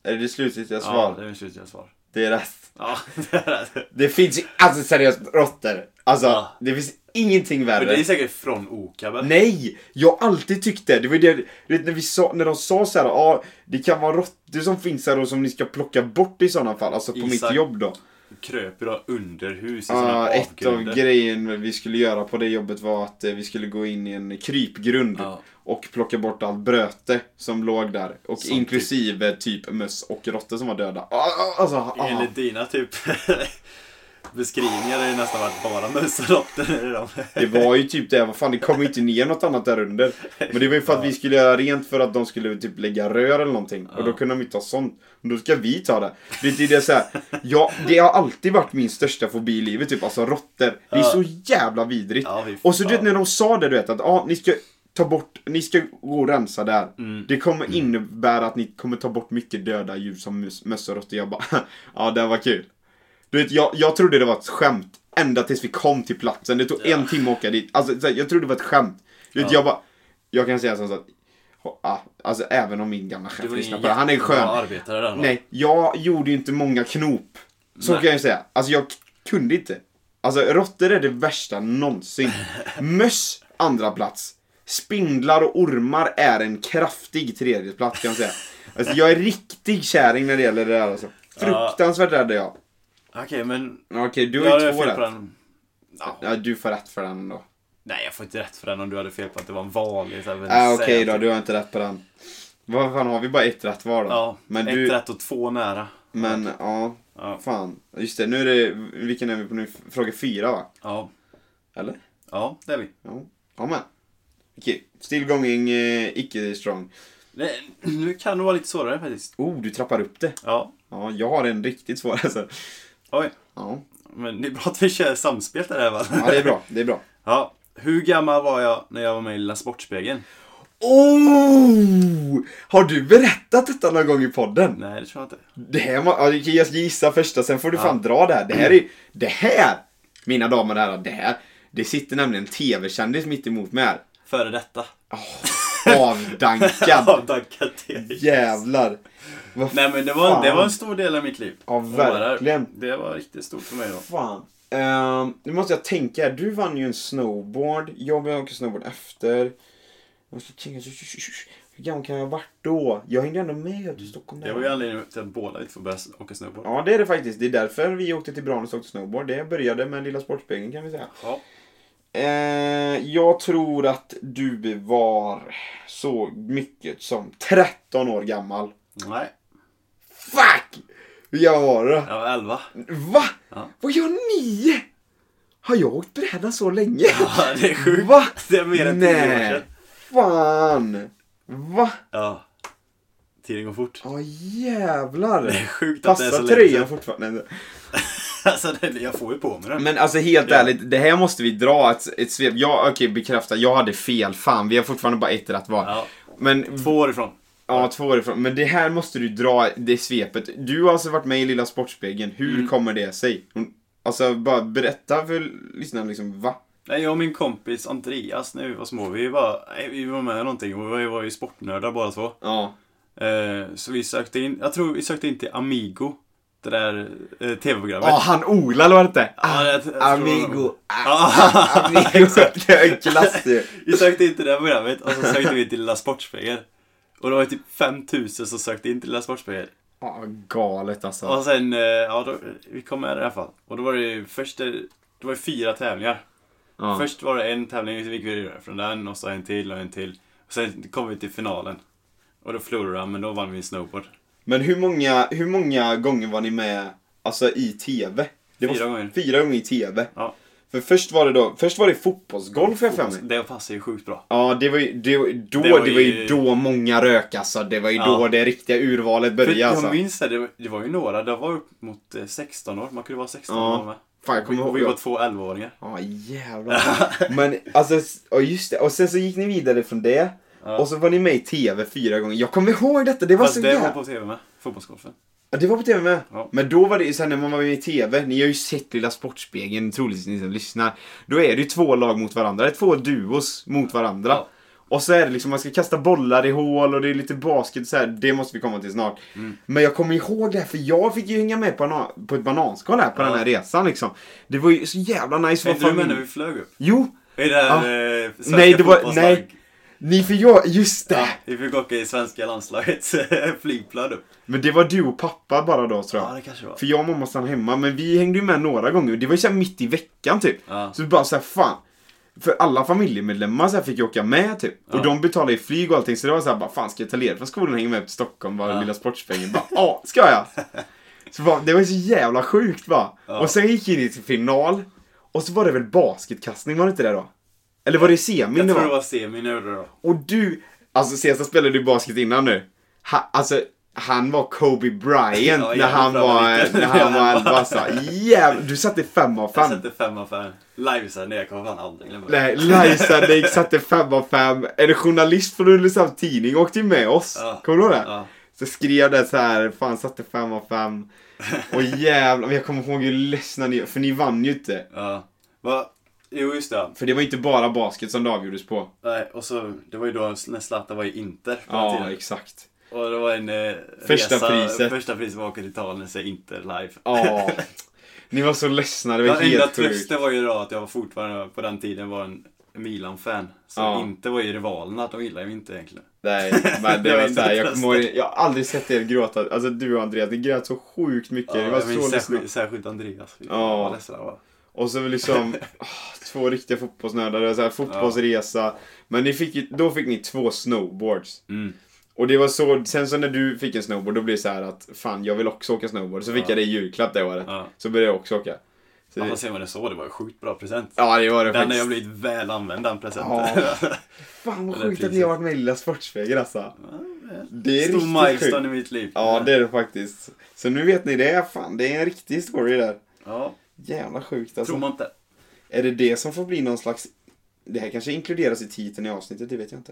[SPEAKER 3] Är det det slutgiltiga
[SPEAKER 2] Ja, det
[SPEAKER 3] svar?
[SPEAKER 2] är mitt slutgiltiga svar.
[SPEAKER 3] Det är rätt.
[SPEAKER 2] Ja, det är det.
[SPEAKER 3] Det finns ju- alltså seriöst råttor. Alltså,
[SPEAKER 2] Ja.
[SPEAKER 3] det finns ingenting värre.
[SPEAKER 2] Men det är säkert från Okabel.
[SPEAKER 3] Nej! Jag har alltid tyckt det. Det var ju det, du vet, när, vi sa, när de sa så här, ja ah, det kan vara råttor som finns här och som ni ska plocka bort i sådana fall. Alltså på
[SPEAKER 2] Isak.
[SPEAKER 3] mitt jobb då.
[SPEAKER 2] Kröp ju då under hus i såna
[SPEAKER 3] Ah,
[SPEAKER 2] här
[SPEAKER 3] ett av
[SPEAKER 2] avgrunder.
[SPEAKER 3] grejen vi skulle göra på det jobbet var att eh, vi skulle gå in i en krypgrund
[SPEAKER 2] Ja.
[SPEAKER 3] och plocka bort allt bröte som låg där. Och
[SPEAKER 2] Som
[SPEAKER 3] inklusive typ, möss och råttor som var döda. Ah, ah, alltså, ah.
[SPEAKER 2] Enligt dina typ beskrivningar har det ju nästan varit bara möss och råttor i dem.
[SPEAKER 3] Det var ju typ det, vad fan det kom ju inte ner något annat där under. Men det var ju för att vi skulle göra rent för att de skulle typ lägga rör eller någonting. Och då kunde de inte ta sånt. Men då ska vi ta det. Det, är det, så här, ja, det har alltid varit min största fobi i livet, typ. alltså råttor. Det är så jävla vidrigt.
[SPEAKER 2] Ja, fy
[SPEAKER 3] Och så du vet
[SPEAKER 2] fan.
[SPEAKER 3] när de sa det du vet att ah, ni ska ta bort, ni ska gå och rensa där.
[SPEAKER 2] Mm.
[SPEAKER 3] Det kommer innebära att ni kommer ta bort mycket döda djur som mus- möss och råttor. Jag bara, ja det var kul. Du vet, jag, jag trodde det var ett skämt ända tills vi kom till platsen. Det tog en timme att åka dit. Alltså, så här, jag trodde det var ett skämt. Du vet, jag bara, jag kan säga som så att, ah, alltså även om min gamla
[SPEAKER 2] Det
[SPEAKER 3] chef
[SPEAKER 2] var
[SPEAKER 3] lyssnar
[SPEAKER 2] ingen
[SPEAKER 3] på det, han är
[SPEAKER 2] jättebra
[SPEAKER 3] skön.
[SPEAKER 2] arbetare där då.
[SPEAKER 3] Nej, jag gjorde ju inte många knop. Så
[SPEAKER 2] Nej.
[SPEAKER 3] kan jag ju säga. Alltså jag k- kunde inte. Alltså råttor är det värsta någonsin. Möss, andra plats. Spindlar och ormar är en kraftig tredje plats kan jag säga. Alltså jag är riktig käring när det gäller det där alltså. Fruktansvärt rädd är jag.
[SPEAKER 2] Okej, men...
[SPEAKER 3] Okej, du
[SPEAKER 2] Ja,
[SPEAKER 3] har
[SPEAKER 2] det
[SPEAKER 3] ju
[SPEAKER 2] är
[SPEAKER 3] två
[SPEAKER 2] fel på
[SPEAKER 3] rätt.
[SPEAKER 2] den. Ja.
[SPEAKER 3] Ja, du får rätt för den då.
[SPEAKER 2] Nej, jag får inte rätt för den om du hade fel på att det var en vanlig. så här, men
[SPEAKER 3] Ah,
[SPEAKER 2] säg
[SPEAKER 3] Okej
[SPEAKER 2] att-
[SPEAKER 3] då, du har inte rätt på den. Vad fan har vi bara ett rätt var då?
[SPEAKER 2] Ja,
[SPEAKER 3] men
[SPEAKER 2] ett
[SPEAKER 3] du,
[SPEAKER 2] rätt och två nära.
[SPEAKER 3] Men ja,
[SPEAKER 2] Ja.
[SPEAKER 3] fan. Just det, nu är det, vilken är vi på nu? Fråga fyra va?
[SPEAKER 2] Ja,
[SPEAKER 3] Eller?
[SPEAKER 2] ja det är vi.
[SPEAKER 3] Ja, ja men. Okej, still going, eh, icke strong.
[SPEAKER 2] Nej, nu kan det vara lite svårare faktiskt.
[SPEAKER 3] Oh, du trappar upp det.
[SPEAKER 2] Ja,
[SPEAKER 3] Ja, jag har en riktigt svår alltså.
[SPEAKER 2] oj.
[SPEAKER 3] Ja.
[SPEAKER 2] Men det är bra att vi kör samspel där här va?
[SPEAKER 3] ja, det är bra, det är bra.
[SPEAKER 2] Ja. Hur gammal var jag när jag var med i Lilla Sportspegeln?
[SPEAKER 3] Oh! Har du berättat detta någon gång i podden?
[SPEAKER 2] Nej, det tror jag inte.
[SPEAKER 3] Det här var, ja, jag ska gissa första, sen får du fan dra det här. Det här är det här! Mina damer och herrar, det här. Det sitter nämligen en tv-kändis mitt emot mig här.
[SPEAKER 2] Före detta.
[SPEAKER 3] Avdankad.
[SPEAKER 2] Avdankad tv.
[SPEAKER 3] Jävlar. Vad
[SPEAKER 2] Nej men det var, det var en
[SPEAKER 3] fan?
[SPEAKER 2] stor del av mitt liv.
[SPEAKER 3] Ja,
[SPEAKER 2] Att vara där.
[SPEAKER 3] verkligen.
[SPEAKER 2] Det var riktigt stort för mig då.
[SPEAKER 3] Fan. Ehm, nu måste jag tänka. Du vann ju en snowboard. Jag började åka snowboard efter. Jag måste tänka. Hur gammal kan jag ha varit då? Jag hängde ändå med till Stockholm.
[SPEAKER 2] Det
[SPEAKER 3] där.
[SPEAKER 2] var ju anledningen till att båda vi två började åka snowboard.
[SPEAKER 3] Ja, det är det faktiskt. Det är därför vi åkte till Branäs och åkte snowboard. Det började med Lilla Sportspegeln kan vi säga.
[SPEAKER 2] Ja.
[SPEAKER 3] Eh, jag tror att du var så mycket som 13 år gammal.
[SPEAKER 2] Nej,
[SPEAKER 3] Fuck! Hur gammal var du då?
[SPEAKER 2] jag var 11.
[SPEAKER 3] Va?
[SPEAKER 2] Ja.
[SPEAKER 3] Var jag nio? Har jag åkt bräda så länge?
[SPEAKER 2] Ja, det är sjukt.
[SPEAKER 3] Va?
[SPEAKER 2] Det är mer än 10 år
[SPEAKER 3] Nej.
[SPEAKER 2] sedan.
[SPEAKER 3] Fan. Va?
[SPEAKER 2] Ja. Tiden går fort.
[SPEAKER 3] Ja jävlar.
[SPEAKER 2] Det är sjukt att det är så
[SPEAKER 3] Passar
[SPEAKER 2] länge
[SPEAKER 3] tröjan
[SPEAKER 2] sedan.
[SPEAKER 3] fortfarande?
[SPEAKER 2] Alltså, det, jag får ju på mig den.
[SPEAKER 3] Men alltså helt
[SPEAKER 2] Ja.
[SPEAKER 3] ärligt, det här måste vi dra ett, ett svep. Ja, okej bekräfta, jag hade fel. Fan, vi har fortfarande bara ett rätt var.
[SPEAKER 2] Ja.
[SPEAKER 3] Men
[SPEAKER 2] Två år ifrån.
[SPEAKER 3] Ja, två år ifrån. Men det här måste du dra det svepet. Du har alltså varit med i Lilla Sportspegeln. Hur
[SPEAKER 2] Mm.
[SPEAKER 3] kommer det sig? Hon- Alltså bara berätta för lyssnarna liksom, va?
[SPEAKER 2] Nej, jag och min kompis Andreas när vi var små, vi var, nej, vi var med i någonting och vi var ju sportnördar båda två.
[SPEAKER 3] Ja.
[SPEAKER 2] Eh, så vi sökte in, jag tror vi sökte in till Amigo. Det där eh, tv-programmet.
[SPEAKER 3] Ja, han Ola eller vad det hette?
[SPEAKER 2] Ja, jag- jag tror det var-
[SPEAKER 1] Amigo.
[SPEAKER 2] Ja,
[SPEAKER 3] Exakt, det är en klass ju.
[SPEAKER 2] vi sökte in till det här programmet och så sökte vi till Lilla Sportspegeln. Och det var ju typ 5000 som sökte in till Lilla Sportspegeln.
[SPEAKER 3] Ja, galet alltså.
[SPEAKER 2] Och sen, eh, ja då, vi kom med i alla fall. Och då var det ju först, eh, det var ju fyra tävlingar.
[SPEAKER 3] Ja.
[SPEAKER 2] Först var det en tävling, så gick vi vidare från den och så en till och en till. Och sen kom vi till finalen. Och då förlorade han, men då vann vi snowboard.
[SPEAKER 3] Men hur många, hur många gånger var ni med alltså, i TV? Det
[SPEAKER 2] Fyra gånger.
[SPEAKER 3] Fyra gånger i TV?
[SPEAKER 2] Ja.
[SPEAKER 3] För först var det då, först var det fotbollsgolf jag för mig.
[SPEAKER 2] Det passar ju sjukt bra.
[SPEAKER 3] Ja, det var ju det, var- då, det
[SPEAKER 2] Det
[SPEAKER 3] var
[SPEAKER 2] var
[SPEAKER 3] ju,
[SPEAKER 2] ju-
[SPEAKER 3] då många rök alltså. Det var ju då
[SPEAKER 2] Ja.
[SPEAKER 3] det riktiga urvalet
[SPEAKER 2] För
[SPEAKER 3] började alltså.
[SPEAKER 2] jag minns det, det, var- det var ju några, det var upp mot eh, 16 år. Man kunde vara 16
[SPEAKER 3] Ja.
[SPEAKER 2] år med.
[SPEAKER 3] Fan, jag kommer
[SPEAKER 2] Vi,
[SPEAKER 3] ihåg.
[SPEAKER 2] vi var
[SPEAKER 3] jag-
[SPEAKER 2] två 11-åringar.
[SPEAKER 3] Ja, jävlar. Men alltså, ja just det. Och sen så gick ni vidare från det.
[SPEAKER 2] Ja.
[SPEAKER 3] Och så var ni med i TV fyra gånger. Jag kommer ihåg detta, det var
[SPEAKER 2] Fast
[SPEAKER 3] så
[SPEAKER 2] det var
[SPEAKER 3] jävla...
[SPEAKER 2] på TV med. Fotbollsgolfen.
[SPEAKER 3] Ja, det var på TV med.
[SPEAKER 2] Ja.
[SPEAKER 3] Men då var det ju sen när man var med i TV, ni har ju sett Lilla Sportspegeln, troligtvis ni som lyssnar. Då är det ju två lag mot varandra, det är två duos mot varandra.
[SPEAKER 2] Ja.
[SPEAKER 3] Och så är det liksom, man ska kasta bollar i hål och det är lite basket så här. det måste vi komma till snart.
[SPEAKER 2] Mm.
[SPEAKER 3] Men jag kommer ihåg det här, för jag fick ju hänga med på, ana- på ett bananskal här på
[SPEAKER 2] Ja.
[SPEAKER 3] den här resan liksom. Det var ju så jävla nice.
[SPEAKER 2] Är
[SPEAKER 3] vad
[SPEAKER 2] inte du
[SPEAKER 3] fan
[SPEAKER 2] med
[SPEAKER 3] min-
[SPEAKER 2] när vi flög upp?
[SPEAKER 3] Jo,
[SPEAKER 2] I det här eh, svenska
[SPEAKER 3] Nej, det var-
[SPEAKER 2] fotbollslag-
[SPEAKER 3] nej. ni för jag, just det!
[SPEAKER 2] Ja, vi fick åka i svenska landslagets eh, flygplan upp.
[SPEAKER 3] Men det var du och pappa bara då tror jag.
[SPEAKER 2] Ja, det kanske det var.
[SPEAKER 3] För jag och mamma stannade hemma, men vi hängde ju med några gånger. Det var ju såhär mitt i veckan typ.
[SPEAKER 2] Ja.
[SPEAKER 3] Så vi bara såhär, fan. För alla familjemedlemmar så här fick ju åka med typ. Och
[SPEAKER 2] Ja.
[SPEAKER 3] de betalade ju flyg och allting. Så det var såhär, bara fan ska jag ta ledigt från skolan och hänga med upp till Stockholm? Bara
[SPEAKER 2] Ja.
[SPEAKER 3] lilla sportspengen. Bara, ja, ska jag. Så bara, det var ju så jävla sjukt bara.
[SPEAKER 2] Ja.
[SPEAKER 3] Och sen gick vi till final. Och så var det väl basketkastning, var det inte det då? Eller var det semin
[SPEAKER 2] Jag
[SPEAKER 3] det
[SPEAKER 2] tror
[SPEAKER 3] var?
[SPEAKER 2] det var semi nu då.
[SPEAKER 3] Och du, alltså Cesar spelade ju basket innan nu. Ha, alltså, han var Kobe Bryant
[SPEAKER 2] Ja,
[SPEAKER 3] när han
[SPEAKER 2] jävlar vad
[SPEAKER 3] var,
[SPEAKER 2] lite.
[SPEAKER 3] när han var
[SPEAKER 2] Jävlar.
[SPEAKER 3] elva alltså. Jävlar, du satte fem av
[SPEAKER 2] Jag
[SPEAKER 3] fem.
[SPEAKER 2] sätter fem av fem. Livesändning, jag kommer fan aldrig glömma.
[SPEAKER 3] Nej, Liza Dake satte fem av fem. En journalist från Ulricehamns Tidning åkte ju med oss.
[SPEAKER 2] Ja.
[SPEAKER 3] Kommer du ihåg det?
[SPEAKER 2] Ja.
[SPEAKER 3] Så skrev det så här, fan satte fem av fem. Och jävlar, men jag kommer ihåg hur ledsna ni för ni vann ju inte.
[SPEAKER 2] Ja. Va? Jo, just det.
[SPEAKER 3] För det var inte bara basket som det avgjordes på.
[SPEAKER 2] Nej, och så, det var ju då när Zlatan var i Inter på den
[SPEAKER 3] Ja,
[SPEAKER 2] tiden.
[SPEAKER 3] exakt.
[SPEAKER 2] Och det var en eh,
[SPEAKER 3] Första
[SPEAKER 2] resa,
[SPEAKER 3] priset.
[SPEAKER 2] första priset var att åka till Italien, så Inter live.
[SPEAKER 3] Ja. Ni var så ledsna, det var
[SPEAKER 2] Den enda
[SPEAKER 3] helt sjukt.
[SPEAKER 2] trösten var ju då att jag fortfarande på den tiden var en Milan-fan. Så
[SPEAKER 3] Ja.
[SPEAKER 2] inte var ju rivalerna, de gillar ju inte egentligen.
[SPEAKER 3] Nej, men det
[SPEAKER 2] Det var
[SPEAKER 3] var så
[SPEAKER 2] inte
[SPEAKER 3] här, jag,
[SPEAKER 2] trösten.
[SPEAKER 3] kommer, ihåg- jag har aldrig sett er gråta. Alltså du och Andreas, ni grät så sjukt mycket.
[SPEAKER 2] Ja,
[SPEAKER 3] det var
[SPEAKER 2] jag minns
[SPEAKER 3] så ledsna.
[SPEAKER 2] särskilt, särskilt Andreas. Fy fan,
[SPEAKER 3] Ja.
[SPEAKER 2] Vad ledsen han var.
[SPEAKER 3] Och så liksom, åh, två riktiga fotbollsnördar. Det var så här, fotbollsresa. Men ni fick, ju- då fick ni två snowboards.
[SPEAKER 2] Mm.
[SPEAKER 3] Och det var så, sen så när du fick en snowboard, då blev det så här att fan, jag vill också åka snowboard. Så fick
[SPEAKER 2] Ja.
[SPEAKER 3] jag det i julklapp det året.
[SPEAKER 2] Ja.
[SPEAKER 3] Så började jag också åka. Så
[SPEAKER 2] Ja,
[SPEAKER 3] det,
[SPEAKER 2] fast ser man det så, det var en sjukt bra present.
[SPEAKER 3] ja, det var det
[SPEAKER 2] Den har
[SPEAKER 3] faktiskt.
[SPEAKER 2] jag blivit väl använd, den presenten.
[SPEAKER 3] Ja. Fan vad
[SPEAKER 2] det där
[SPEAKER 3] sjukt att ni
[SPEAKER 2] priset.
[SPEAKER 3] har varit med i Lilla Sportspegeln alltså. Det är
[SPEAKER 2] Stor
[SPEAKER 3] riktigt sjukt.
[SPEAKER 2] milestone i mitt liv.
[SPEAKER 3] Ja, det är det faktiskt. Så nu vet ni det. Fan, det är en riktig story där.
[SPEAKER 2] Ja,
[SPEAKER 3] Jävla sjukt
[SPEAKER 2] tror
[SPEAKER 3] alltså.
[SPEAKER 2] man inte.
[SPEAKER 3] Är det det som får bli någon slags... Det här kanske inkluderas i titeln i avsnittet, det vet jag inte.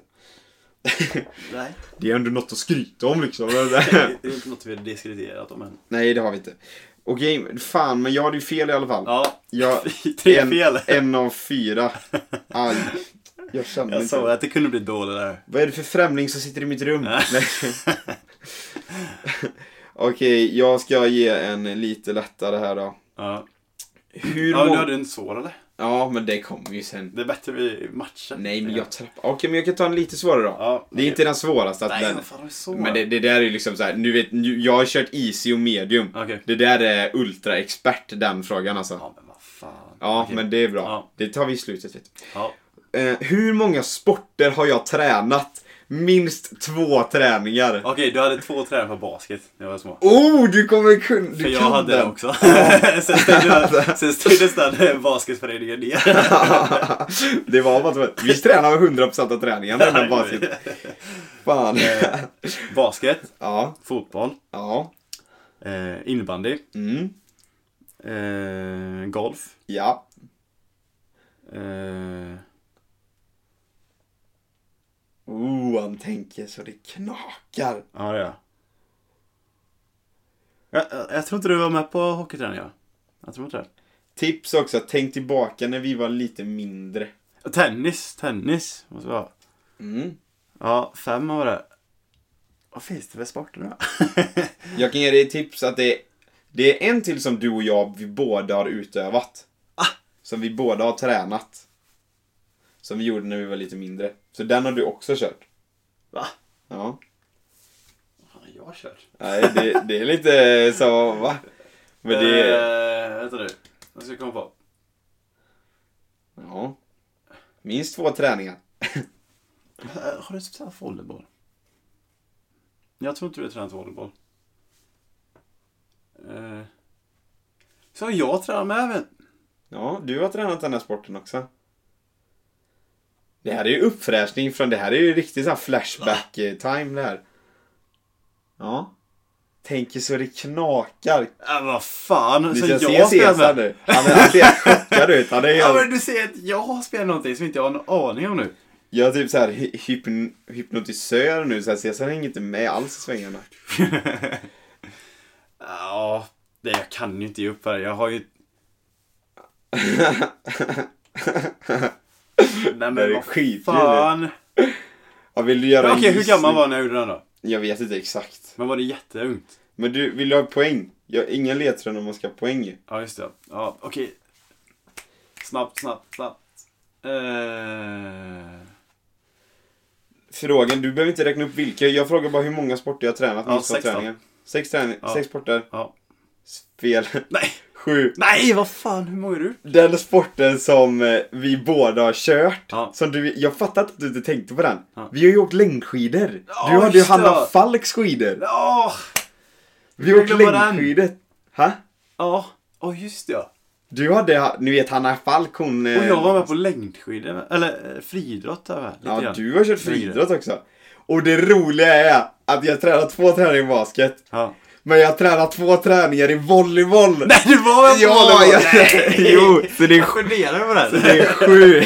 [SPEAKER 2] Nej.
[SPEAKER 3] det är ändå något att skryta om liksom.
[SPEAKER 2] Det är inte något vi har diskuterat om än.
[SPEAKER 3] Nej, det har vi inte. Okej, men fan, men jag hade ju fel i alla fall.
[SPEAKER 2] Ja,
[SPEAKER 3] Jag,
[SPEAKER 2] tre
[SPEAKER 3] en,
[SPEAKER 2] fel.
[SPEAKER 3] en av fyra. Aj. Jag känner
[SPEAKER 2] Jag
[SPEAKER 3] inte.
[SPEAKER 2] sa att det kunde bli dåligt där.
[SPEAKER 3] Vad är det för främling som sitter i mitt rum?
[SPEAKER 2] Nej.
[SPEAKER 3] Okej, jag ska ge en lite lättare här då.
[SPEAKER 2] Ja,
[SPEAKER 3] Hur
[SPEAKER 2] ja
[SPEAKER 3] många-
[SPEAKER 2] nu hade du en svår eller?
[SPEAKER 3] Ja, men det kommer ju sen.
[SPEAKER 2] Det är bättre vi matchar.
[SPEAKER 3] Nej, men jag trappar. Okej, men jag kan ta en lite svårare då.
[SPEAKER 2] Ja,
[SPEAKER 3] det är inte den svåraste. Att
[SPEAKER 2] Nej,
[SPEAKER 3] den...
[SPEAKER 2] vad fan det är så.
[SPEAKER 3] Men det, det där är ju liksom så här, nu vet, nu, jag har kört easy och medium.
[SPEAKER 2] Okej.
[SPEAKER 3] Det där är ultraexpert, den frågan alltså. Ja,
[SPEAKER 2] Ja, men vad fan. Okej.
[SPEAKER 3] men det är bra.
[SPEAKER 2] Ja.
[SPEAKER 3] Det tar vi i slutet. Vet.
[SPEAKER 2] Ja.
[SPEAKER 3] du. Eh, hur många sporter har jag tränat? Minst två träningar.
[SPEAKER 2] Okej, du hade två tränare på basket när jag var små.
[SPEAKER 3] Oh, du kommer kunna... Du
[SPEAKER 2] För jag
[SPEAKER 3] kan
[SPEAKER 2] hade det
[SPEAKER 3] den.
[SPEAKER 2] också. sen stängdes- sen stängdes den basketföreningen ner.
[SPEAKER 3] det var bara att vi tränar med 100% av träningarna innan basket. Fan.
[SPEAKER 2] Eh, Basket,
[SPEAKER 3] ja,
[SPEAKER 2] fotboll,
[SPEAKER 3] ja,
[SPEAKER 2] eh, innebandy,
[SPEAKER 3] mm,
[SPEAKER 2] eh, golf.
[SPEAKER 3] ja.
[SPEAKER 2] Eh,
[SPEAKER 3] Oh, han tänker så det knakar.
[SPEAKER 2] ja, det är jag. jag. jag- Jag tror inte du var med på hockeyträningen. Jag tror inte det.
[SPEAKER 3] Tips också, tänk tillbaka när vi var lite mindre.
[SPEAKER 2] Och Tennis, tennis måste det vara.
[SPEAKER 3] Mm.
[SPEAKER 2] Ja, fem var det. Vad finns det för sporter då?
[SPEAKER 3] Jag kan ge dig tips att det är, det är en till som du och jag, vi båda har utövat.
[SPEAKER 2] Ah.
[SPEAKER 3] Som vi båda har tränat. Som vi gjorde när vi var lite mindre. Så den har du också kört.
[SPEAKER 2] Va?
[SPEAKER 3] Ja.
[SPEAKER 2] Fan, jag har kört.
[SPEAKER 3] Nej, det, det är lite så, va? Men det...
[SPEAKER 2] Eh, vänta nu. Vad ska jag komma på?
[SPEAKER 3] Ja. Minst två träningar.
[SPEAKER 2] Eh, Har du tränat volleyboll? Jag tror inte du har tränat volleyboll. Eh, Så jag tränar med vet
[SPEAKER 3] Ja, du har tränat den här sporten också. Det här är ju uppfräschning från det här är ju riktigt sån här flashback eh, time det här. Ja. Tänker så det knakar.
[SPEAKER 2] Äh, vad fan.
[SPEAKER 3] Ni
[SPEAKER 2] så
[SPEAKER 3] ska
[SPEAKER 2] Alltså, jag
[SPEAKER 3] se
[SPEAKER 2] spelar
[SPEAKER 3] Cesar
[SPEAKER 2] med.
[SPEAKER 3] nu. Han, är- han ser chockad ut. Han är
[SPEAKER 2] Ja
[SPEAKER 3] helt,
[SPEAKER 2] men du ser att jag spelar någonting som inte jag har en aning om nu.
[SPEAKER 3] jag är typ såhär hypn, hypnotisör nu. Så här, Cesar hänger inte med alls i svängarna.
[SPEAKER 2] Ja, det jag kan ju inte ge upp här. Jag har ju... Nej
[SPEAKER 3] Det är
[SPEAKER 2] men vad
[SPEAKER 3] skitkul.
[SPEAKER 2] fan.
[SPEAKER 3] Ja, vill du göra
[SPEAKER 2] Men
[SPEAKER 3] en
[SPEAKER 2] Okej, hur gammal
[SPEAKER 3] gissning?
[SPEAKER 2] var när jag gjorde den då?
[SPEAKER 3] Jag vet inte exakt.
[SPEAKER 2] Men var det jätteungt?
[SPEAKER 3] Men du, vill du ha poäng? Jag har inga ledtrådar om man ska ha poäng ju.
[SPEAKER 2] Ja, just det. Ja, okej. Snabbt, snabbt, snabbt. Eh...
[SPEAKER 3] Frågan, du behöver inte räkna upp vilka. Jag frågar bara hur många sporter jag har tränat.
[SPEAKER 2] Ja,
[SPEAKER 3] minst av
[SPEAKER 2] sex då.
[SPEAKER 3] träningen. Sex, träning,
[SPEAKER 2] Ja.
[SPEAKER 3] sex sporter.
[SPEAKER 2] Ja.
[SPEAKER 3] Fel.
[SPEAKER 2] Nej!
[SPEAKER 3] Sju.
[SPEAKER 2] Nej, vad fan, hur många är du?
[SPEAKER 3] Den sporten som eh, vi båda har kört.
[SPEAKER 2] Ja.
[SPEAKER 3] Som du, jag fattar att du inte tänkte på den.
[SPEAKER 2] Ja.
[SPEAKER 3] Vi har ju åkt längdskidor.
[SPEAKER 2] Ja,
[SPEAKER 3] du hade ju
[SPEAKER 2] just det.
[SPEAKER 3] Hanna Falks skidor.
[SPEAKER 2] Ja!
[SPEAKER 3] Vi har åkt
[SPEAKER 2] glömma den.
[SPEAKER 3] längdskidor. Ha?
[SPEAKER 2] Ja, oh, just det ja.
[SPEAKER 3] Du hade, ha- ni vet Hanna Falk hon... eh,
[SPEAKER 2] Och jag var med på längdskidor, eller eh, friidrott där va? Lite
[SPEAKER 3] Ja,
[SPEAKER 2] grann.
[SPEAKER 3] du har kört friidrott också. Och det roliga är att jag tränar två träningar i basket.
[SPEAKER 2] Ja.
[SPEAKER 3] Men jag tränar två träningar i volleyboll.
[SPEAKER 2] Nej, du var med på
[SPEAKER 3] Ja,
[SPEAKER 2] volleyboll.
[SPEAKER 3] jag-
[SPEAKER 2] Nej.
[SPEAKER 3] Jo, så det är-
[SPEAKER 2] Jag generar mig på den.
[SPEAKER 3] Det är sju.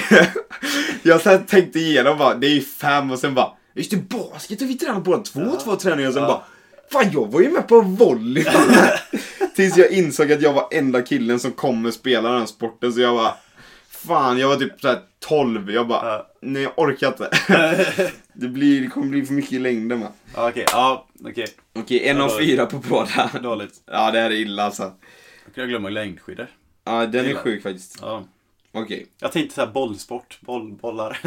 [SPEAKER 3] Jag sen tänkte igenom bara, det är ju fem och sen bara, just det basket har vi tränat båda två, två träningar och sen bara, fan jag var ju med på volleyboll. Tills jag insåg att jag var enda killen som kommer spela den här sporten så jag bara, fan jag var typ såhär 12, jag bara,
[SPEAKER 2] Ja.
[SPEAKER 3] nej jag orkar inte. Det, blir, det kommer bli för mycket i längden va.
[SPEAKER 2] Ja, okej, ja, okej.
[SPEAKER 3] Okej, en
[SPEAKER 2] av fyra
[SPEAKER 3] på båda.
[SPEAKER 2] Dåligt.
[SPEAKER 3] Ja det här är illa alltså.
[SPEAKER 2] Då kan jag glömma längdskidor.
[SPEAKER 3] Ja den är
[SPEAKER 2] Illa.
[SPEAKER 3] sjuk faktiskt.
[SPEAKER 2] Ja.
[SPEAKER 3] Okej.
[SPEAKER 2] Jag tänkte såhär bollsport, boll, bollar.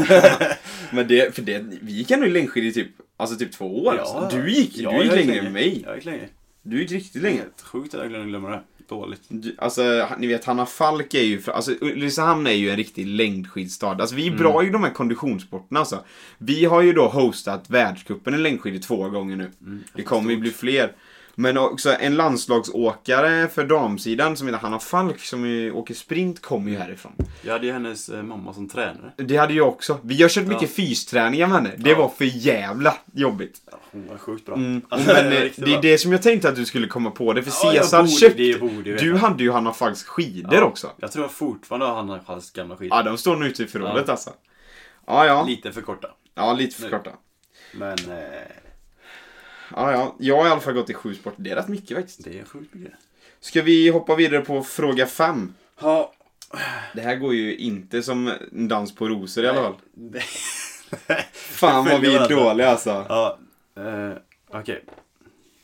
[SPEAKER 3] Men det, för det, vi gick ändå i längdskidor i typ, alltså typ två år. alltså. Du gick,
[SPEAKER 2] Ja,
[SPEAKER 3] du gick
[SPEAKER 2] jag
[SPEAKER 3] längre än mig.
[SPEAKER 2] Jag gick längre.
[SPEAKER 3] Du gick riktigt längre.
[SPEAKER 2] Helt Sjukt att jag glömde glömma det. Dåligt.
[SPEAKER 3] Du, alltså, ni vet Hanna Falk är ju, fra- alltså Ulricehamn är ju en riktig längdskidstad. Alltså vi är bra i de här konditionssporterna alltså. Vi har ju då hostat världscupen i längdskidor två gånger nu. det kommer ju bli fler. Men också en landslagsåkare för damsidan som heter Hanna Falk som ju åker sprint kommer ju härifrån.
[SPEAKER 2] Jag hade ju hennes eh, mamma som tränare.
[SPEAKER 3] Det hade jag också. Vi har kört mycket
[SPEAKER 2] Ja.
[SPEAKER 3] fysträningar med henne. Det
[SPEAKER 2] Ja.
[SPEAKER 3] var för jävla jobbigt.
[SPEAKER 2] Ja, Hon var sjukt bra.
[SPEAKER 3] Mm.
[SPEAKER 2] Alltså,
[SPEAKER 3] men eh,
[SPEAKER 2] riktigt
[SPEAKER 3] det
[SPEAKER 2] bra.
[SPEAKER 3] är det som jag tänkte att du skulle komma på. Det är för
[SPEAKER 2] Ja, jag
[SPEAKER 3] Cesar
[SPEAKER 2] borde-
[SPEAKER 3] köpte...
[SPEAKER 2] det borde jag
[SPEAKER 3] du
[SPEAKER 2] veta.
[SPEAKER 3] hade ju Hanna Falks skidor
[SPEAKER 2] Ja.
[SPEAKER 3] också.
[SPEAKER 2] Jag tror jag fortfarande har Hanna Schalls gamla skidor.
[SPEAKER 3] Ja, de står nu ute i förrådet alltså. Ja, ja.
[SPEAKER 2] Lite för korta.
[SPEAKER 3] Ja, lite för
[SPEAKER 2] Nu.
[SPEAKER 3] korta.
[SPEAKER 2] Men eh,
[SPEAKER 3] Ja, ja. Jag har i alla fall gått i sju sporter. Det är rätt mycket faktiskt.
[SPEAKER 2] det är sjukt mycket.
[SPEAKER 3] Ska vi hoppa vidare på fråga fem?
[SPEAKER 2] Ja.
[SPEAKER 3] Det här går ju inte som en dans på rosor i alla fall. Fan
[SPEAKER 2] Fan
[SPEAKER 3] vad vi är dåliga alltså.
[SPEAKER 2] Ja. Eh, Okej.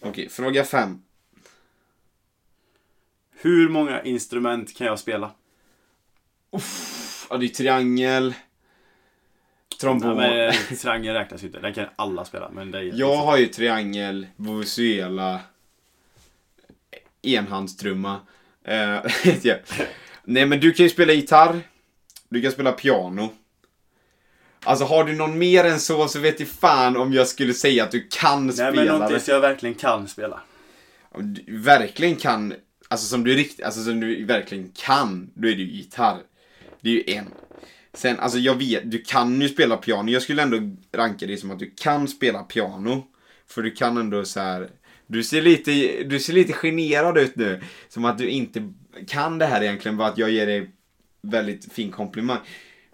[SPEAKER 3] Okej, fråga fem.
[SPEAKER 2] Hur många instrument kan jag spela?
[SPEAKER 3] Ja, det är triangel.
[SPEAKER 2] Nej,
[SPEAKER 3] Trombon.
[SPEAKER 2] men, eh, triangel räknas ju inte. Den kan alla spela. Men det är
[SPEAKER 3] Jag har ju triangel, vuvuzela, enhandstrumma. Eh, vet jag. Nej men du kan ju spela gitarr, du kan spela piano. Alltså har du någon mer än så så vet jag fan om jag skulle säga att du kan
[SPEAKER 2] Nej, men
[SPEAKER 3] spela
[SPEAKER 2] någonting
[SPEAKER 3] det.
[SPEAKER 2] som jag verkligen kan spela.
[SPEAKER 3] Om du verkligen kan, alltså som du rikt, alltså som du verkligen kan, då är det ju gitarr. Det är ju en. Sen, alltså jag vet, du kan ju spela piano. Jag skulle ändå ranka dig som att du kan spela piano. För du kan ändå så här. Du ser lite, du ser lite generad ut nu. Som att du inte kan det här egentligen, bara att jag ger dig väldigt fin komplimang.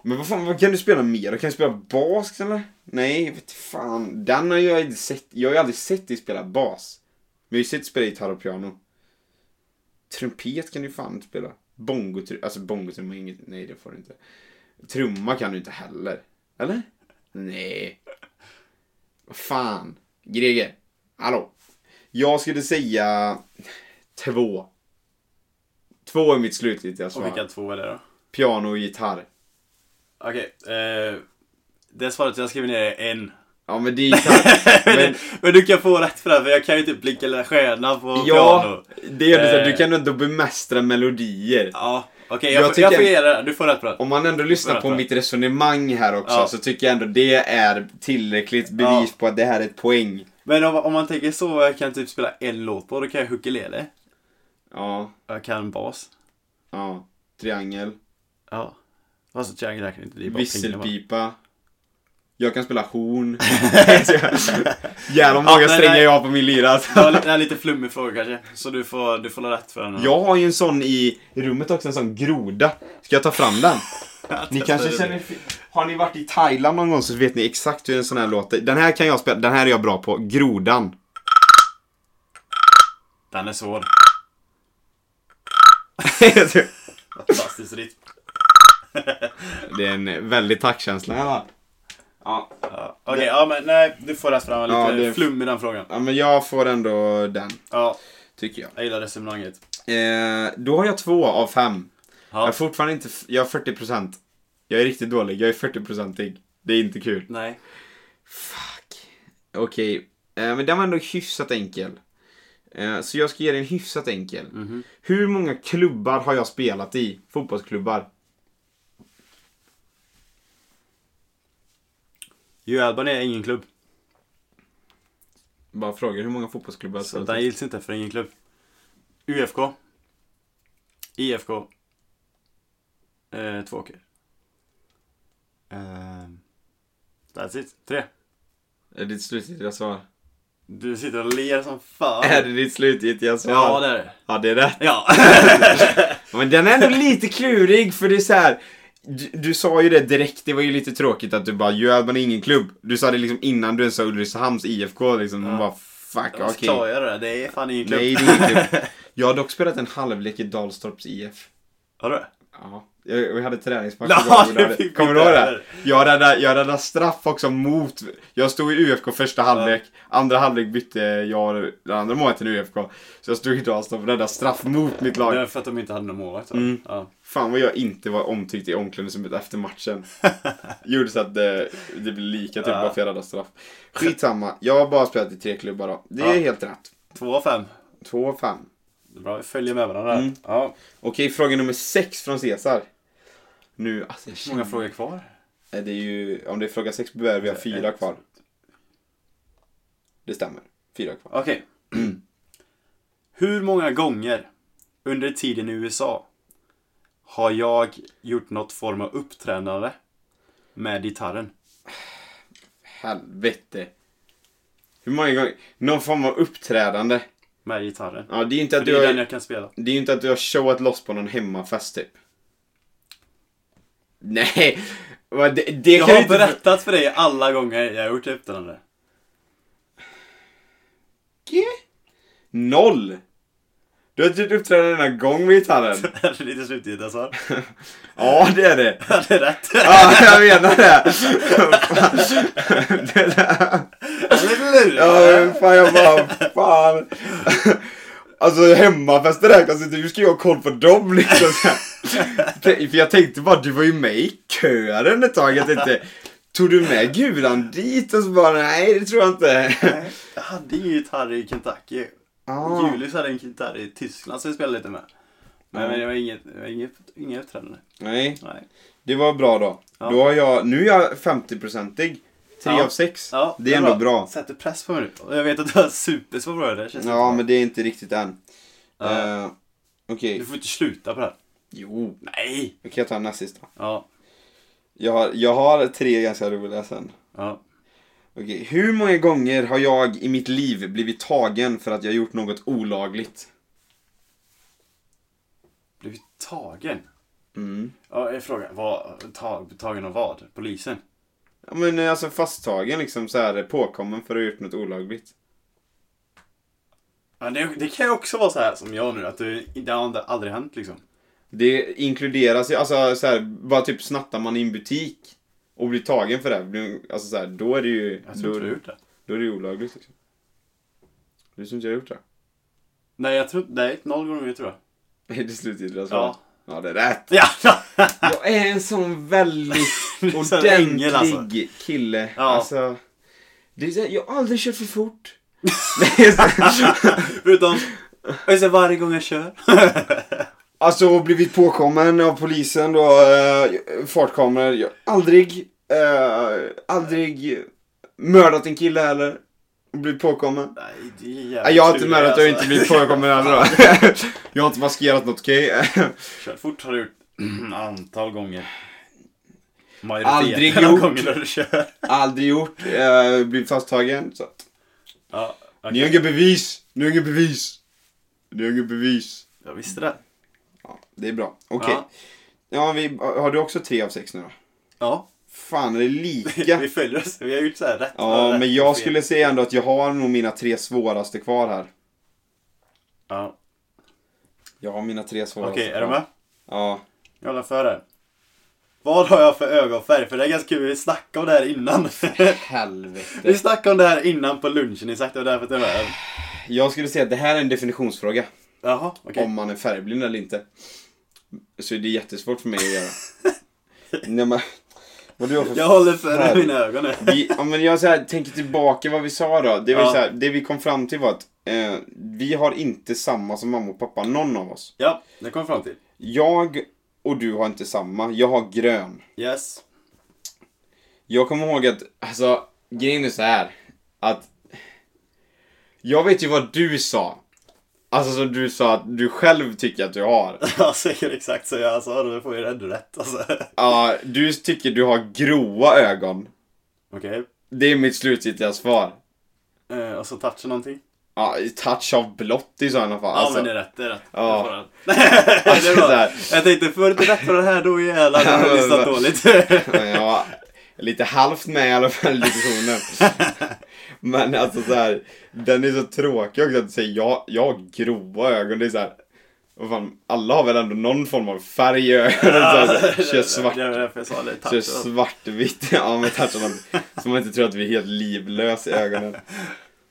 [SPEAKER 3] Men vad fan, vad kan du spela mer? Kan du spela bas eller? Nej, vet fan. Den har jag inte sett, jag har ju aldrig sett dig spela bas. Men jag har ju sett dig spela gitarr och piano. Trumpet kan du fan inte spela. Bongotrumma, alltså bongotrumma, är inget, nej det får du inte. Trumma kan du inte heller. Eller? Nej. Vad fan. Greger. Hallå. Jag skulle säga två. Två är mitt slutgiltiga
[SPEAKER 2] Och
[SPEAKER 3] svar.
[SPEAKER 2] vilka två är det då?
[SPEAKER 3] Piano och gitarr.
[SPEAKER 2] Okej. eh, det svaret jag skriver ner är en.
[SPEAKER 3] Ja men det är gitarr.
[SPEAKER 2] Men,
[SPEAKER 3] men,
[SPEAKER 2] du kan få rätt för det här, för jag kan ju typ Blinka lilla stjärna på
[SPEAKER 3] ja,
[SPEAKER 2] piano.
[SPEAKER 3] det är det så att du
[SPEAKER 2] Eh.
[SPEAKER 3] kan ändå bemästra melodier.
[SPEAKER 2] Ja, okej
[SPEAKER 3] Jag
[SPEAKER 2] jag, får- jag
[SPEAKER 3] tycker-
[SPEAKER 2] får ge dig den. Du får rätt på den.
[SPEAKER 3] Om man ändå lyssnar på
[SPEAKER 2] Vänta.
[SPEAKER 3] mitt resonemang här också
[SPEAKER 2] Ja.
[SPEAKER 3] så tycker jag ändå det är tillräckligt bevis på att det här är ett poäng.
[SPEAKER 2] Men om, om man tänker så, jag kan typ spela en låt på, då kan jag ukulele.
[SPEAKER 3] Ja,
[SPEAKER 2] Jag kan bas.
[SPEAKER 3] ja. triangel,
[SPEAKER 2] Ja. Fast Chang räknar inte. Det är bara fingrarna.
[SPEAKER 3] visselpipa. Jag kan spela horn. Jävlar vad många
[SPEAKER 2] men eh,
[SPEAKER 3] strängar
[SPEAKER 2] nej.
[SPEAKER 3] jag har på min lyra. alltså.
[SPEAKER 2] Det var en- en lite flummig fråga kanske. Så du får, du får la rätt för den.
[SPEAKER 3] Jag har ju en sån i i rummet också, en sån groda. Ska jag ta fram den? Ni kanske känner Har ni varit i Thailand någon gång så vet ni exakt hur en sån här låter. Den här kan jag spela, den här är jag bra på. Grodan.
[SPEAKER 2] Den är svår. Fantastisk rytm.
[SPEAKER 3] det är en väldigt taktkänsla. Ja, ja.
[SPEAKER 2] Ja. Okej, ja men nej. Du får rätt för den.
[SPEAKER 3] Ja,
[SPEAKER 2] Lite
[SPEAKER 3] det-
[SPEAKER 2] flum i den frågan.
[SPEAKER 3] ja, men jag får ändå den,
[SPEAKER 2] Ja,
[SPEAKER 3] tycker jag.
[SPEAKER 2] jag gillar resonemanget.
[SPEAKER 3] Eh, då har jag två av fem. Jag
[SPEAKER 2] Ja.
[SPEAKER 3] är fortfarande inte, f- jag är 40%. Jag är riktigt dålig, jag är 40%ig. Det är inte kul.
[SPEAKER 2] Nej.
[SPEAKER 3] Fuck. Okej, eh, men den var ändå hyfsat enkel. Eh, så jag ska ge dig en hyfsat enkel.
[SPEAKER 2] Mhm.
[SPEAKER 3] Hur många klubbar har jag spelat i? Fotbollsklubbar.
[SPEAKER 2] Ju Alban är ingen klubb.
[SPEAKER 3] Bara frågar, hur många fotbollsklubbar har jag
[SPEAKER 2] Så
[SPEAKER 3] spelat
[SPEAKER 2] den
[SPEAKER 3] i?
[SPEAKER 2] gills inte för ingen klubb. UFK. IFK. Eh, Tvååker. Eh, that's it. Tre.
[SPEAKER 3] Är det ditt slutgiltiga svar?
[SPEAKER 2] Du sitter och ler som fan.
[SPEAKER 3] Är det ditt slutgiltiga svar?
[SPEAKER 2] Ja, det är det.
[SPEAKER 3] Ja, det är rätt.
[SPEAKER 2] Ja.
[SPEAKER 3] Men den är ändå lite klurig för det är så här. Du, du sa ju det direkt, det var ju lite tråkigt att du bara Jöl, man är ingen klubb. Du sa det liksom innan du ens sa Ulricehamns IFK liksom. Man bara fuck,
[SPEAKER 2] Jag
[SPEAKER 3] okej.
[SPEAKER 2] klarar det. Det är fan ingen klubb.
[SPEAKER 3] Nej, det är ingen klubb. Jag har dock spelat en halvlek i Dalstorps IF.
[SPEAKER 2] Har du?
[SPEAKER 3] Ja. Jag, och jag hade träningspass
[SPEAKER 2] Ja,
[SPEAKER 3] igår och
[SPEAKER 2] det
[SPEAKER 3] hade-
[SPEAKER 2] fick vi
[SPEAKER 3] Kommer du ihåg
[SPEAKER 2] inte
[SPEAKER 3] det?
[SPEAKER 2] heller.
[SPEAKER 3] Jag räddade, jag räddade straff också mot... Jag stod i UFK första halvlek, andra halvlek bytte jag den andra målet till UFK. Så jag stod i Dalstorp och räddade straff mot mitt lag.
[SPEAKER 2] Det är för att de inte hade någon målvakt. va?
[SPEAKER 3] Mm.
[SPEAKER 2] Ja.
[SPEAKER 3] Fan vad jag inte var omtyckt i omklädningsrummet efter matchen. Gjorde så att det, det blev lika typ
[SPEAKER 2] Ja.
[SPEAKER 3] bara för jag räddade straff. Skitsamma, jag har bara spelat i tre klubbar då. Det är
[SPEAKER 2] Ja.
[SPEAKER 3] helt rätt.
[SPEAKER 2] Två av fem.
[SPEAKER 3] Två och fem.
[SPEAKER 2] Det är bra, vi följer med varandra här.
[SPEAKER 3] Mm.
[SPEAKER 2] Ja.
[SPEAKER 3] Okej, fråga nummer sex från Cesar. Nu, alltså jag
[SPEAKER 2] Hur
[SPEAKER 3] känner,
[SPEAKER 2] många frågor kvar?
[SPEAKER 3] Nej, det är ju, om det är fråga sex behöver vi ha fyra
[SPEAKER 2] Ett.
[SPEAKER 3] kvar. Det stämmer. Fyra kvar.
[SPEAKER 2] Okej. Hur många gånger under tiden i USA har jag gjort något form av upptränande med gitarren?
[SPEAKER 3] Helvete. Hur många gånger? Någon form av uppträdande.
[SPEAKER 2] Med gitarren.
[SPEAKER 3] Ja, det är ju inte
[SPEAKER 2] För
[SPEAKER 3] att
[SPEAKER 2] det
[SPEAKER 3] du
[SPEAKER 2] är den
[SPEAKER 3] har,
[SPEAKER 2] jag kan spela.
[SPEAKER 3] det är ju inte att du har showat loss på någon hemmafest typ. Nej. vad Det, det
[SPEAKER 2] Jag
[SPEAKER 3] kan ju
[SPEAKER 2] har
[SPEAKER 3] inte...
[SPEAKER 2] berättat för dig alla gånger jag har gjort upptränande.
[SPEAKER 3] Noll. Du har typ inte gjort uppträdande en enda gång med gitarren.
[SPEAKER 2] Det är lite slutgiltigt alltså.
[SPEAKER 3] Ja, det är det.
[SPEAKER 2] Det är rätt.
[SPEAKER 3] Ja, jag menar det. Fan. det där.
[SPEAKER 2] Eller hur?
[SPEAKER 3] Ja, fan jag bara, fan. Alltså hemmafester räknas inte, hur ska jag ha koll på dem liksom? så här? För jag tänkte bara, du var ju med i kören ett tag, jag tänkte, tog du med gulan dit? Och så bara, nej det tror jag inte.
[SPEAKER 2] Jag hade ju gitarr i Kentucky.
[SPEAKER 3] Ah.
[SPEAKER 2] Julius hade en gitarr i Tyskland som vi spelade lite med. Men,
[SPEAKER 3] Ja.
[SPEAKER 2] men det var inget, det var inget, inget uppträdande.
[SPEAKER 3] Nej,
[SPEAKER 2] Nej.
[SPEAKER 3] det var bra då.
[SPEAKER 2] Ja.
[SPEAKER 3] Då har jag, nu är jag 50-procentig. Tre
[SPEAKER 2] Ja.
[SPEAKER 3] av sex.
[SPEAKER 2] Ja,
[SPEAKER 3] det är ändå bra.
[SPEAKER 2] Sätter press på mig nu. Och Jag vet att du har supersvår fråga. Det känns
[SPEAKER 3] Ja,
[SPEAKER 2] inte
[SPEAKER 3] men det är inte riktigt än.
[SPEAKER 2] bra. Ja.
[SPEAKER 3] Eh, Okej,
[SPEAKER 2] Du får inte sluta på det här.
[SPEAKER 3] jo.
[SPEAKER 2] Nej!
[SPEAKER 3] Okej, jag tar näst sista.
[SPEAKER 2] Ja.
[SPEAKER 3] Jag har, jag har tre ganska roliga sen.
[SPEAKER 2] ja.
[SPEAKER 3] Okej, hur många gånger har jag i mitt liv blivit tagen för att jag gjort något olagligt?
[SPEAKER 2] Blivit tagen?
[SPEAKER 3] Mm.
[SPEAKER 2] Ja, jag frågar. Vad, tag, tagen av vad? Polisen?
[SPEAKER 3] Ja men eh, alltså fasttagen liksom så här påkommen för att ha gjort något olagligt.
[SPEAKER 2] Ja, det, det kan ju också vara så här som jag nu. Att du, det har inte- aldrig hänt liksom.
[SPEAKER 3] Det inkluderas ju, alltså så här, bara typ snattar man i en butik och blir tagen för det, blir- alltså så här, då är det ju,
[SPEAKER 2] Jag tror
[SPEAKER 3] då,
[SPEAKER 2] inte du har gjort det.
[SPEAKER 3] då är det ju olagligt liksom. Du tror inte jag har gjort det?
[SPEAKER 2] Nej, jag tror Nej, noll gånger tror jag.
[SPEAKER 3] Är det slutgiltiga svaret?
[SPEAKER 2] Ja.
[SPEAKER 3] Ja. ja, det är rätt.
[SPEAKER 2] Ja!
[SPEAKER 3] Jag är en sån väldigt
[SPEAKER 2] Du är en sån
[SPEAKER 3] ordentlig
[SPEAKER 2] ängel, alltså.
[SPEAKER 3] kille.
[SPEAKER 2] Ja.
[SPEAKER 3] Alltså, det är så här, jag har aldrig kört för fort. Det är så här-
[SPEAKER 2] Förutom... Jag säger varje gång jag kör.
[SPEAKER 3] Alltså blivit påkommen av polisen då, eh, fartkameror. Jag, har aldrig, eh, aldrig mördat en kille heller. Och blivit påkommen.
[SPEAKER 2] Nej, det är jävligt
[SPEAKER 3] Nej, jag har inte
[SPEAKER 2] tur,
[SPEAKER 3] mördat, jag har inte
[SPEAKER 2] alltså.
[SPEAKER 3] blivit påkommen heller då. Jag har inte maskerat något, okej?
[SPEAKER 2] Kört fort har du gjort Antal gånger.
[SPEAKER 3] Aldrig
[SPEAKER 2] Majoriteten av
[SPEAKER 3] gjort.
[SPEAKER 2] gångerna du kör.
[SPEAKER 3] Aldrig gjort, eh, blivit fasttagen. Så. att-
[SPEAKER 2] Ja, okej.
[SPEAKER 3] Ni har inga bevis, ni har inga bevis. Ni har inga bevis.
[SPEAKER 2] Jag visste det.
[SPEAKER 3] Ja, det är bra, okej.
[SPEAKER 2] Ja.
[SPEAKER 3] Ja, vi, har du också tre av sex nu då?
[SPEAKER 2] Ja,
[SPEAKER 3] Fan, är det lika?
[SPEAKER 2] vi följer oss. Vi har gjort så här rätt. vad
[SPEAKER 3] Ja,
[SPEAKER 2] rätt
[SPEAKER 3] men
[SPEAKER 2] och
[SPEAKER 3] jag
[SPEAKER 2] fel.
[SPEAKER 3] skulle säga ändå att jag har nog mina tre svåraste kvar här.
[SPEAKER 2] Ja.
[SPEAKER 3] Jag har mina tre
[SPEAKER 2] Okej,
[SPEAKER 3] svåraste
[SPEAKER 2] är du
[SPEAKER 3] kvar.
[SPEAKER 2] med?
[SPEAKER 3] Ja.
[SPEAKER 2] Jag håller för det. Vad har jag för ögonfärg? För det är ganska kul, vi snackade om det här innan.
[SPEAKER 3] Helvete.
[SPEAKER 2] vi snackade om det här innan på lunchen exakt, det var därför det var...
[SPEAKER 3] Jag skulle säga att det här är en definitionsfråga.
[SPEAKER 2] Jaha, okej.
[SPEAKER 3] Om man är färgblind eller inte. Så det är jättesvårt för mig att göra. Nej, men, vad du har för
[SPEAKER 2] Jag håller för
[SPEAKER 3] färg?
[SPEAKER 2] mina ögon nu.
[SPEAKER 3] vi, ja, men jag så här, tänker tillbaka vad vi sa då. Det, var ju
[SPEAKER 2] Ja.
[SPEAKER 3] så här, det vi kom fram till var att eh, vi har inte samma som mamma och pappa, någon av oss.
[SPEAKER 2] Ja, det kom jag fram till.
[SPEAKER 3] Jag och du har inte samma. Jag har grön.
[SPEAKER 2] Yes.
[SPEAKER 3] Jag kommer ihåg att, alltså, grejen är så här. Att jag vet ju vad du sa. Alltså som du sa att du själv tycker att du har.
[SPEAKER 2] Jag säger exakt så jag sa, då får jag ändå rätt alltså. Okej.
[SPEAKER 3] Ja, du tycker du har gråa ögon. Det är mitt slutgiltiga svar.
[SPEAKER 2] Eh, och så toucha någonting.
[SPEAKER 3] Ja, touch av blått i sådana fall. Alltså,
[SPEAKER 2] ja men det är rätt, det är rätt.
[SPEAKER 3] Ja.
[SPEAKER 2] Det får han. det är
[SPEAKER 3] så
[SPEAKER 2] bra.
[SPEAKER 3] här.
[SPEAKER 2] Jag tänkte, får du inte rätt för det här då jävlar, då har
[SPEAKER 3] Ja,
[SPEAKER 2] du
[SPEAKER 3] men
[SPEAKER 2] lyssnat
[SPEAKER 3] vad-
[SPEAKER 2] dåligt.
[SPEAKER 3] Men jag var lite halvt med i alla fall i diskussionen. Men alltså så här, den är så tråkig också att säga jag, jag har grova ögon. Det är så här, vad fan, alla har väl ändå någon form av färg i ögonen. Så här, kör svart,
[SPEAKER 2] Det var därför jag sa det, toucha.
[SPEAKER 3] kör svartvitt. Ja men touchar man, så man inte tror att vi är helt livlös i ögonen.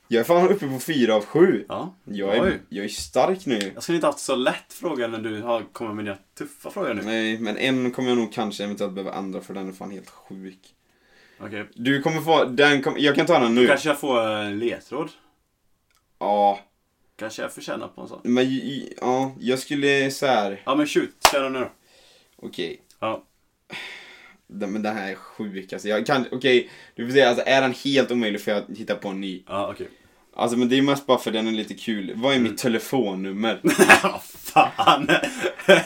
[SPEAKER 3] Jag är fan uppe på fyra av sju.
[SPEAKER 2] Ja.
[SPEAKER 3] Jag är,
[SPEAKER 2] Oj.
[SPEAKER 3] jag är stark nu.
[SPEAKER 2] Jag skulle inte haft så lätt fråga när du har kommit med dina tuffa frågor nu.
[SPEAKER 3] Nej, men en kommer jag nog kanske eventuellt behöva ändra för den är fan helt sjuk.
[SPEAKER 2] Okej.
[SPEAKER 3] Du kommer få, den kom, jag kan ta den nu.
[SPEAKER 2] Kanske jag får eh, en ledtråd.
[SPEAKER 3] Ja,
[SPEAKER 2] Kanske jag får känna på en sån.
[SPEAKER 3] men ju- ju- ja, jag skulle så här.
[SPEAKER 2] Ja men shoot, kör den nu då.
[SPEAKER 3] okej.
[SPEAKER 2] Ja.
[SPEAKER 3] Den- Men den här är sjuk alltså. Jag kan, okej, du får säga alltså är den helt omöjlig för jag hitta på en ny.
[SPEAKER 2] Ja okej.
[SPEAKER 3] Alltså men det är mest bara för den är lite kul. Vad är
[SPEAKER 2] Mm.
[SPEAKER 3] mitt telefonnummer?
[SPEAKER 2] Vad fan!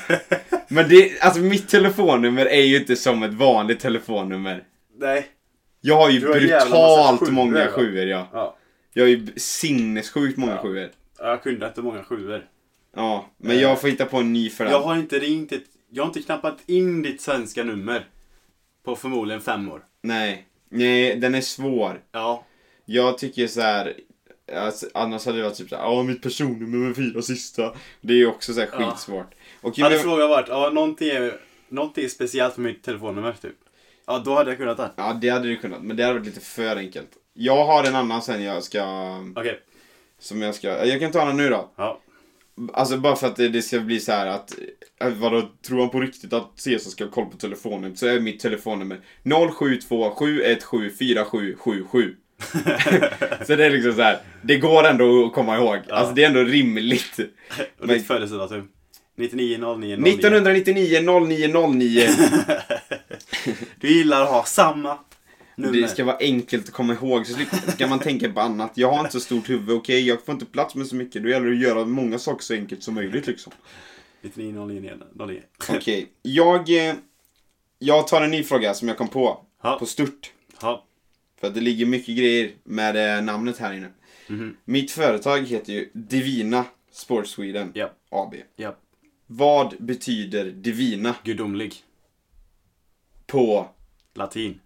[SPEAKER 3] men det, alltså mitt telefonnummer är ju inte som ett vanligt telefonnummer.
[SPEAKER 2] Nej.
[SPEAKER 3] Jag har ju
[SPEAKER 2] Du har en jävla
[SPEAKER 3] brutalt
[SPEAKER 2] massa sjuor,
[SPEAKER 3] många
[SPEAKER 2] va?
[SPEAKER 3] sjuor ja.
[SPEAKER 2] Ja.
[SPEAKER 3] Jag har ju b- sinnessjukt många
[SPEAKER 2] Ja.
[SPEAKER 3] sjuor.
[SPEAKER 2] Jag kunde inte många sjuor.
[SPEAKER 3] Ja, men jag får hitta på en ny för den.
[SPEAKER 2] Eh. Jag har inte ringt ett... Jag har inte knappat in ditt svenska nummer. På förmodligen fem år.
[SPEAKER 3] Nej. Nej, den är svår.
[SPEAKER 2] Ja.
[SPEAKER 3] Jag tycker så här. Alltså, annars hade det varit typ såhär, ja mitt personnummer med fyra sista. Det är ju också såhär
[SPEAKER 2] Ja.
[SPEAKER 3] skitsvårt. Okej,
[SPEAKER 2] Hade
[SPEAKER 3] men,
[SPEAKER 2] frågan varit, ja någonting är, någonting är speciellt med mitt telefonnummer typ. Ja då hade jag kunnat det.
[SPEAKER 3] ja det hade du kunnat, men det hade varit lite för enkelt. Jag har en annan sen jag ska,
[SPEAKER 2] Okej.
[SPEAKER 3] som jag ska, jag kan ta den nu då.
[SPEAKER 2] Ja.
[SPEAKER 3] Alltså bara för att det, det ska bli så här att, eh, vadå, tror han på riktigt att Cesar ska ha koll på telefonen så är mitt telefonnummer 072 717 4777. så det är liksom så här, det går ändå att komma ihåg. Alltså det är ändå rimligt.
[SPEAKER 2] Och
[SPEAKER 3] Men-
[SPEAKER 2] ditt födelsedatum? 990909.
[SPEAKER 3] 1999 0909
[SPEAKER 2] Du gillar att ha samma nummer.
[SPEAKER 3] Det ska vara enkelt att komma ihåg, så slipper- ska man tänka på annat. Jag har inte så stort huvud, okej? Jag får inte plats med så mycket. Då gäller det att göra många saker så enkelt som möjligt liksom.
[SPEAKER 2] 990909.
[SPEAKER 3] Okej, jag... eh, Jag tar en ny fråga som jag kom på.
[SPEAKER 2] Ja.
[SPEAKER 3] På stört.
[SPEAKER 2] Ja.
[SPEAKER 3] För att det ligger mycket grejer med eh, namnet här inne.
[SPEAKER 2] Mhm.
[SPEAKER 3] Mitt företag heter ju Divina Sports Sweden
[SPEAKER 2] Ja.
[SPEAKER 3] AB.
[SPEAKER 2] Ja.
[SPEAKER 3] Vad betyder Divina
[SPEAKER 2] Gudomlig.
[SPEAKER 3] på...
[SPEAKER 2] Latin.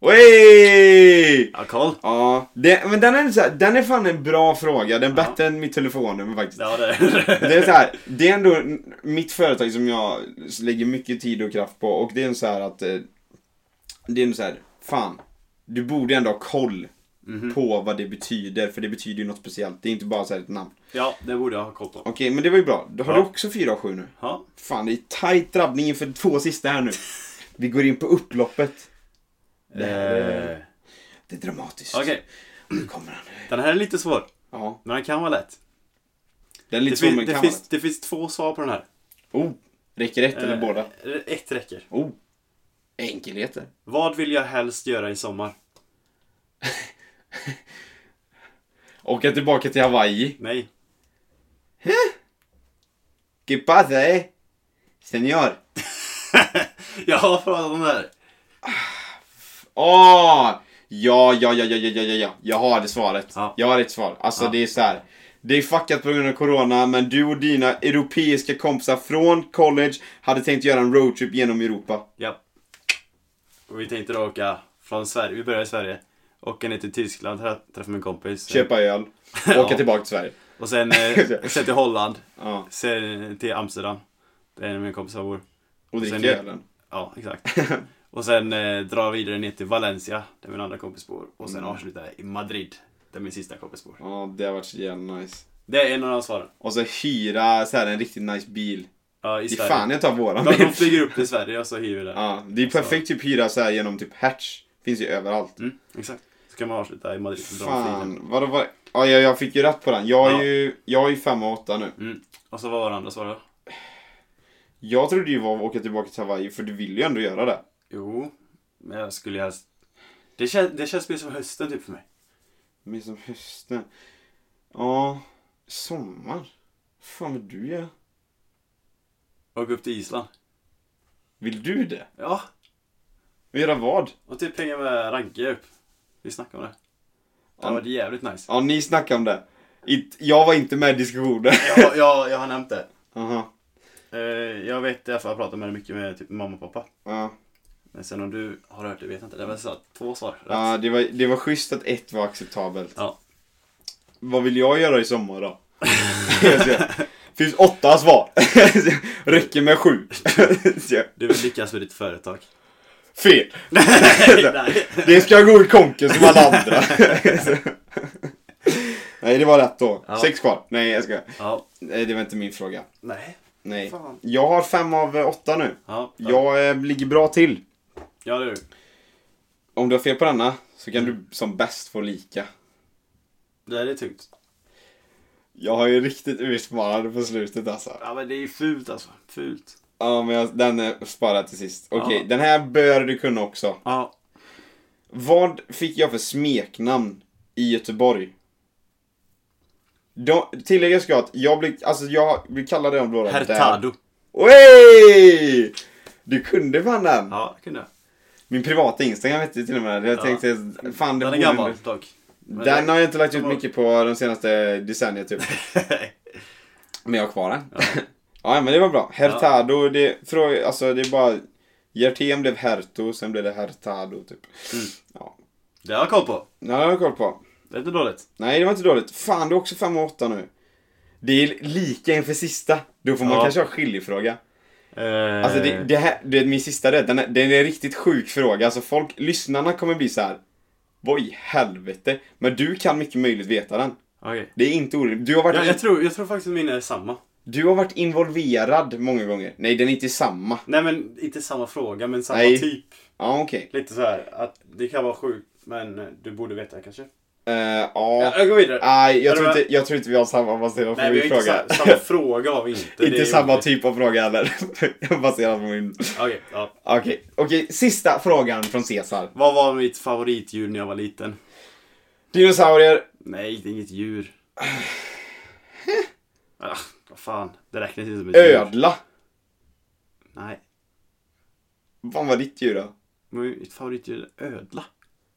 [SPEAKER 3] Oj!
[SPEAKER 2] Ja, koll.
[SPEAKER 3] Ja, det, men den är, så här, den är fan en bra fråga. Den är bättre än mitt telefonnummer faktiskt.
[SPEAKER 2] Ja, det är
[SPEAKER 3] Det är så här, det är ändå n- mitt företag som jag lägger mycket tid och kraft på och det är en så här att eh, Det är en så här, fan. Du borde ändå ha koll
[SPEAKER 2] Mhm.
[SPEAKER 3] på vad det betyder för det betyder ju något speciellt. Det är inte bara så här ett namn.
[SPEAKER 2] Ja, det borde jag ha koll på.
[SPEAKER 3] Okej, men det var ju bra. Då har
[SPEAKER 2] Ja.
[SPEAKER 3] du också 4 av 7 nu.
[SPEAKER 2] Ja.
[SPEAKER 3] Fan, det är tajt drabbning inför två sista här nu. Vi går in på upploppet. Det, här är,
[SPEAKER 2] Eh,
[SPEAKER 3] det är dramatiskt.
[SPEAKER 2] Okej,
[SPEAKER 3] Nu kommer han.
[SPEAKER 2] den här är lite svår.
[SPEAKER 3] Ja,
[SPEAKER 2] Men den kan vara lätt.
[SPEAKER 3] den är
[SPEAKER 2] Det,
[SPEAKER 3] lite svår
[SPEAKER 2] fin-
[SPEAKER 3] men
[SPEAKER 2] det,
[SPEAKER 3] kan vara
[SPEAKER 2] finns, det finns två svar på den här.
[SPEAKER 3] Oh, räcker ett eller
[SPEAKER 2] Eh,
[SPEAKER 3] båda?
[SPEAKER 2] Ett räcker.
[SPEAKER 3] Oh, enkelheter.
[SPEAKER 2] Vad vill jag helst göra i sommar?
[SPEAKER 3] Åka tillbaka till Hawaii.
[SPEAKER 2] Nej.
[SPEAKER 3] Que pasa eh? Senor.
[SPEAKER 2] jag har pratat om det här.
[SPEAKER 3] Ah! Ja, ja, ja, ja, ja, ja, ja, ja. Jag har det svaret.
[SPEAKER 2] Ja.
[SPEAKER 3] Jag har ett svar. Alltså
[SPEAKER 2] Ja.
[SPEAKER 3] det är så här. Det är fuckat på grund av corona, men du och dina europeiska kompisar från college hade tänkt göra en roadtrip genom Europa.
[SPEAKER 2] Ja. Och vi tänkte då åka från Sverige, vi börjar i Sverige. Åka ner till Tyskland, trä- träffa min kompis.
[SPEAKER 3] Köpa öl,
[SPEAKER 2] Ja.
[SPEAKER 3] åka tillbaka till Sverige.
[SPEAKER 2] Och sen, eh, sen till Holland.
[SPEAKER 3] Ja.
[SPEAKER 2] Sen till Amsterdam. Där är min kompis bor.
[SPEAKER 3] Och dricka
[SPEAKER 2] sen är-
[SPEAKER 3] ölen.
[SPEAKER 2] Ja, exakt. Och sen eh, dra vidare ner till Valencia, där min andra kompis bor. Och
[SPEAKER 3] Mm.
[SPEAKER 2] sen avsluta i Madrid, där min sista kompis bor.
[SPEAKER 3] Ja, det har varit så jävla nice.
[SPEAKER 2] Det är en av de svaren.
[SPEAKER 3] Och så hyra så här, en riktigt nice bil.
[SPEAKER 2] Ja, i
[SPEAKER 3] Det
[SPEAKER 2] Sverige.
[SPEAKER 3] är fan jag tar våran
[SPEAKER 2] de,
[SPEAKER 3] bil.
[SPEAKER 2] de flyger upp till Sverige och så hyr vi där.
[SPEAKER 3] Ja, det är perfekt typ hyra så här genom typ Hertz. Finns ju överallt.
[SPEAKER 2] Mm, exakt. Så kan man avsluta i Madrid. och dra filen.
[SPEAKER 3] Fan, vadå var Ja, jag, jag fick ju rätt på den. Jag är
[SPEAKER 2] Ja.
[SPEAKER 3] ju, jag är ju fem och åtta nu.
[SPEAKER 2] Mm. Och så vad var det andra svaret?
[SPEAKER 3] Jag trodde ju var att åka tillbaka till Hawaii, för du vill ju ändå göra det.
[SPEAKER 2] Jo, men jag skulle helst... Det, kän, det känns mer som hösten typ för mig.
[SPEAKER 3] Men som hösten. Ja, sommar. Fan vad du gör.
[SPEAKER 2] Åka upp till Island.
[SPEAKER 3] Vill du det?
[SPEAKER 2] Ja,
[SPEAKER 3] Och göra vad?
[SPEAKER 2] och typ hänga med Ragge upp. Vi snackade om det. Det
[SPEAKER 3] Ja.
[SPEAKER 2] hade varit jävligt nice.
[SPEAKER 3] Ja, ni snackade om det. It, jag var inte med i diskussionen.
[SPEAKER 2] Jag, jag, jag har nämnt det.
[SPEAKER 3] Aha.
[SPEAKER 2] Eh, jag vet i alla fall, jag pratar med det mycket med typ mamma och pappa.
[SPEAKER 3] Ja,
[SPEAKER 2] Men sen om du har hört det vet jag inte. Det var så att två svar. rätt.
[SPEAKER 3] ja det, var, det var schysst att ett var acceptabelt.
[SPEAKER 2] Ja.
[SPEAKER 3] Vad vill jag göra i sommar då? Jag ser. Finns åtta svar. Räcker med sju.
[SPEAKER 2] Du vill lyckas med ditt företag.
[SPEAKER 3] Fel.
[SPEAKER 2] Nej.
[SPEAKER 3] Det ska gå i konken som alla andra. Nej, det var rätt då.
[SPEAKER 2] Ja.
[SPEAKER 3] Sex kvar. Nej, jag ska.
[SPEAKER 2] Ja.
[SPEAKER 3] Nej, det var inte min fråga.
[SPEAKER 2] Nej.
[SPEAKER 3] Nej.
[SPEAKER 2] Fan.
[SPEAKER 3] Jag har fem av eh, åtta nu.
[SPEAKER 2] Ja.
[SPEAKER 3] Jag eh, ligger bra till.
[SPEAKER 2] Ja, det är du.
[SPEAKER 3] Om du har fel på denna så kan
[SPEAKER 2] Mm.
[SPEAKER 3] du som bäst få lika.
[SPEAKER 2] Det här är tungt.
[SPEAKER 3] Jag har ju riktigt ursparad på slutet alltså.
[SPEAKER 2] Ja, men det är fult alltså. Fult.
[SPEAKER 3] Ja, men jag, den är sparad till sist. Okej,
[SPEAKER 2] Ja.
[SPEAKER 3] den här bör du kunna också.
[SPEAKER 2] Ja.
[SPEAKER 3] Vad fick jag för smeknamn i Göteborg? De, tillägga ska jag att jag blev, alltså jag blev kallad den blå
[SPEAKER 2] Hertado.
[SPEAKER 3] Oj! Du kunde fan den!
[SPEAKER 2] Ja, det kunde jag.
[SPEAKER 3] Min privata Instagram hette till och med det. Jag
[SPEAKER 2] Ja.
[SPEAKER 3] tänkte, fan det
[SPEAKER 2] Den
[SPEAKER 3] borde-
[SPEAKER 2] är gammal dock. Men
[SPEAKER 3] Den har jag inte lagt ut
[SPEAKER 2] den var-
[SPEAKER 3] mycket på de senaste decenniet typ. Men jag har kvar den. Ja, men det var bra. Hertado, det, frå- alltså det är bara... Hjertén blev Herto, sen blev det Hertado typ. Ja,
[SPEAKER 2] Det har jag koll på.
[SPEAKER 3] det har jag koll på.
[SPEAKER 2] Det är inte dåligt.
[SPEAKER 3] Nej, det var inte dåligt. Fan, du är också 5 och 8 nu. Det är lika inför sista. Då får man
[SPEAKER 2] Ja.
[SPEAKER 3] kanske ha skiljefråga.
[SPEAKER 2] Eh,
[SPEAKER 3] Alltså det, det här, det är min sista rädd. Den är, den är en riktigt sjuk fråga. Alltså folk, lyssnarna kommer bli så här. Vad i helvete? Men du kan mycket möjligt veta den.
[SPEAKER 2] Okej.
[SPEAKER 3] Det är inte orimligt. Du har varit,
[SPEAKER 2] Ja, jag, tror, jag tror faktiskt att mina är samma.
[SPEAKER 3] du har varit involverad många gånger. Nej, den är inte samma.
[SPEAKER 2] Nej men inte samma fråga men samma
[SPEAKER 3] Nej.
[SPEAKER 2] typ.
[SPEAKER 3] Ja, okej.
[SPEAKER 2] Lite så här att det kan vara sjukt men eh, du borde veta kanske.
[SPEAKER 3] Eh,
[SPEAKER 2] Ja.
[SPEAKER 3] ja.
[SPEAKER 2] Jag går vidare.
[SPEAKER 3] Nej, jag
[SPEAKER 2] Är
[SPEAKER 3] tror
[SPEAKER 2] det
[SPEAKER 3] inte, jag tror inte vi har samma baserat på
[SPEAKER 2] Nej vi
[SPEAKER 3] min
[SPEAKER 2] har inte
[SPEAKER 3] fråga.
[SPEAKER 2] sa, samma fråga har vi inte. Det är
[SPEAKER 3] inte samma
[SPEAKER 2] orimligt.
[SPEAKER 3] typ av fråga heller. baserat på min...
[SPEAKER 2] Okej, ja.
[SPEAKER 3] Okej, okej. Sista frågan från Cesar.
[SPEAKER 2] Vad var mitt favoritdjur när jag var liten?
[SPEAKER 3] Dinosaurier.
[SPEAKER 2] Nej, det är inget djur. ah, vad fan. Det räknas inte som ett djur.
[SPEAKER 3] Ödla.
[SPEAKER 2] Nej.
[SPEAKER 3] Fan vad ditt djur då?
[SPEAKER 2] Men Mitt favoritdjur är ödla.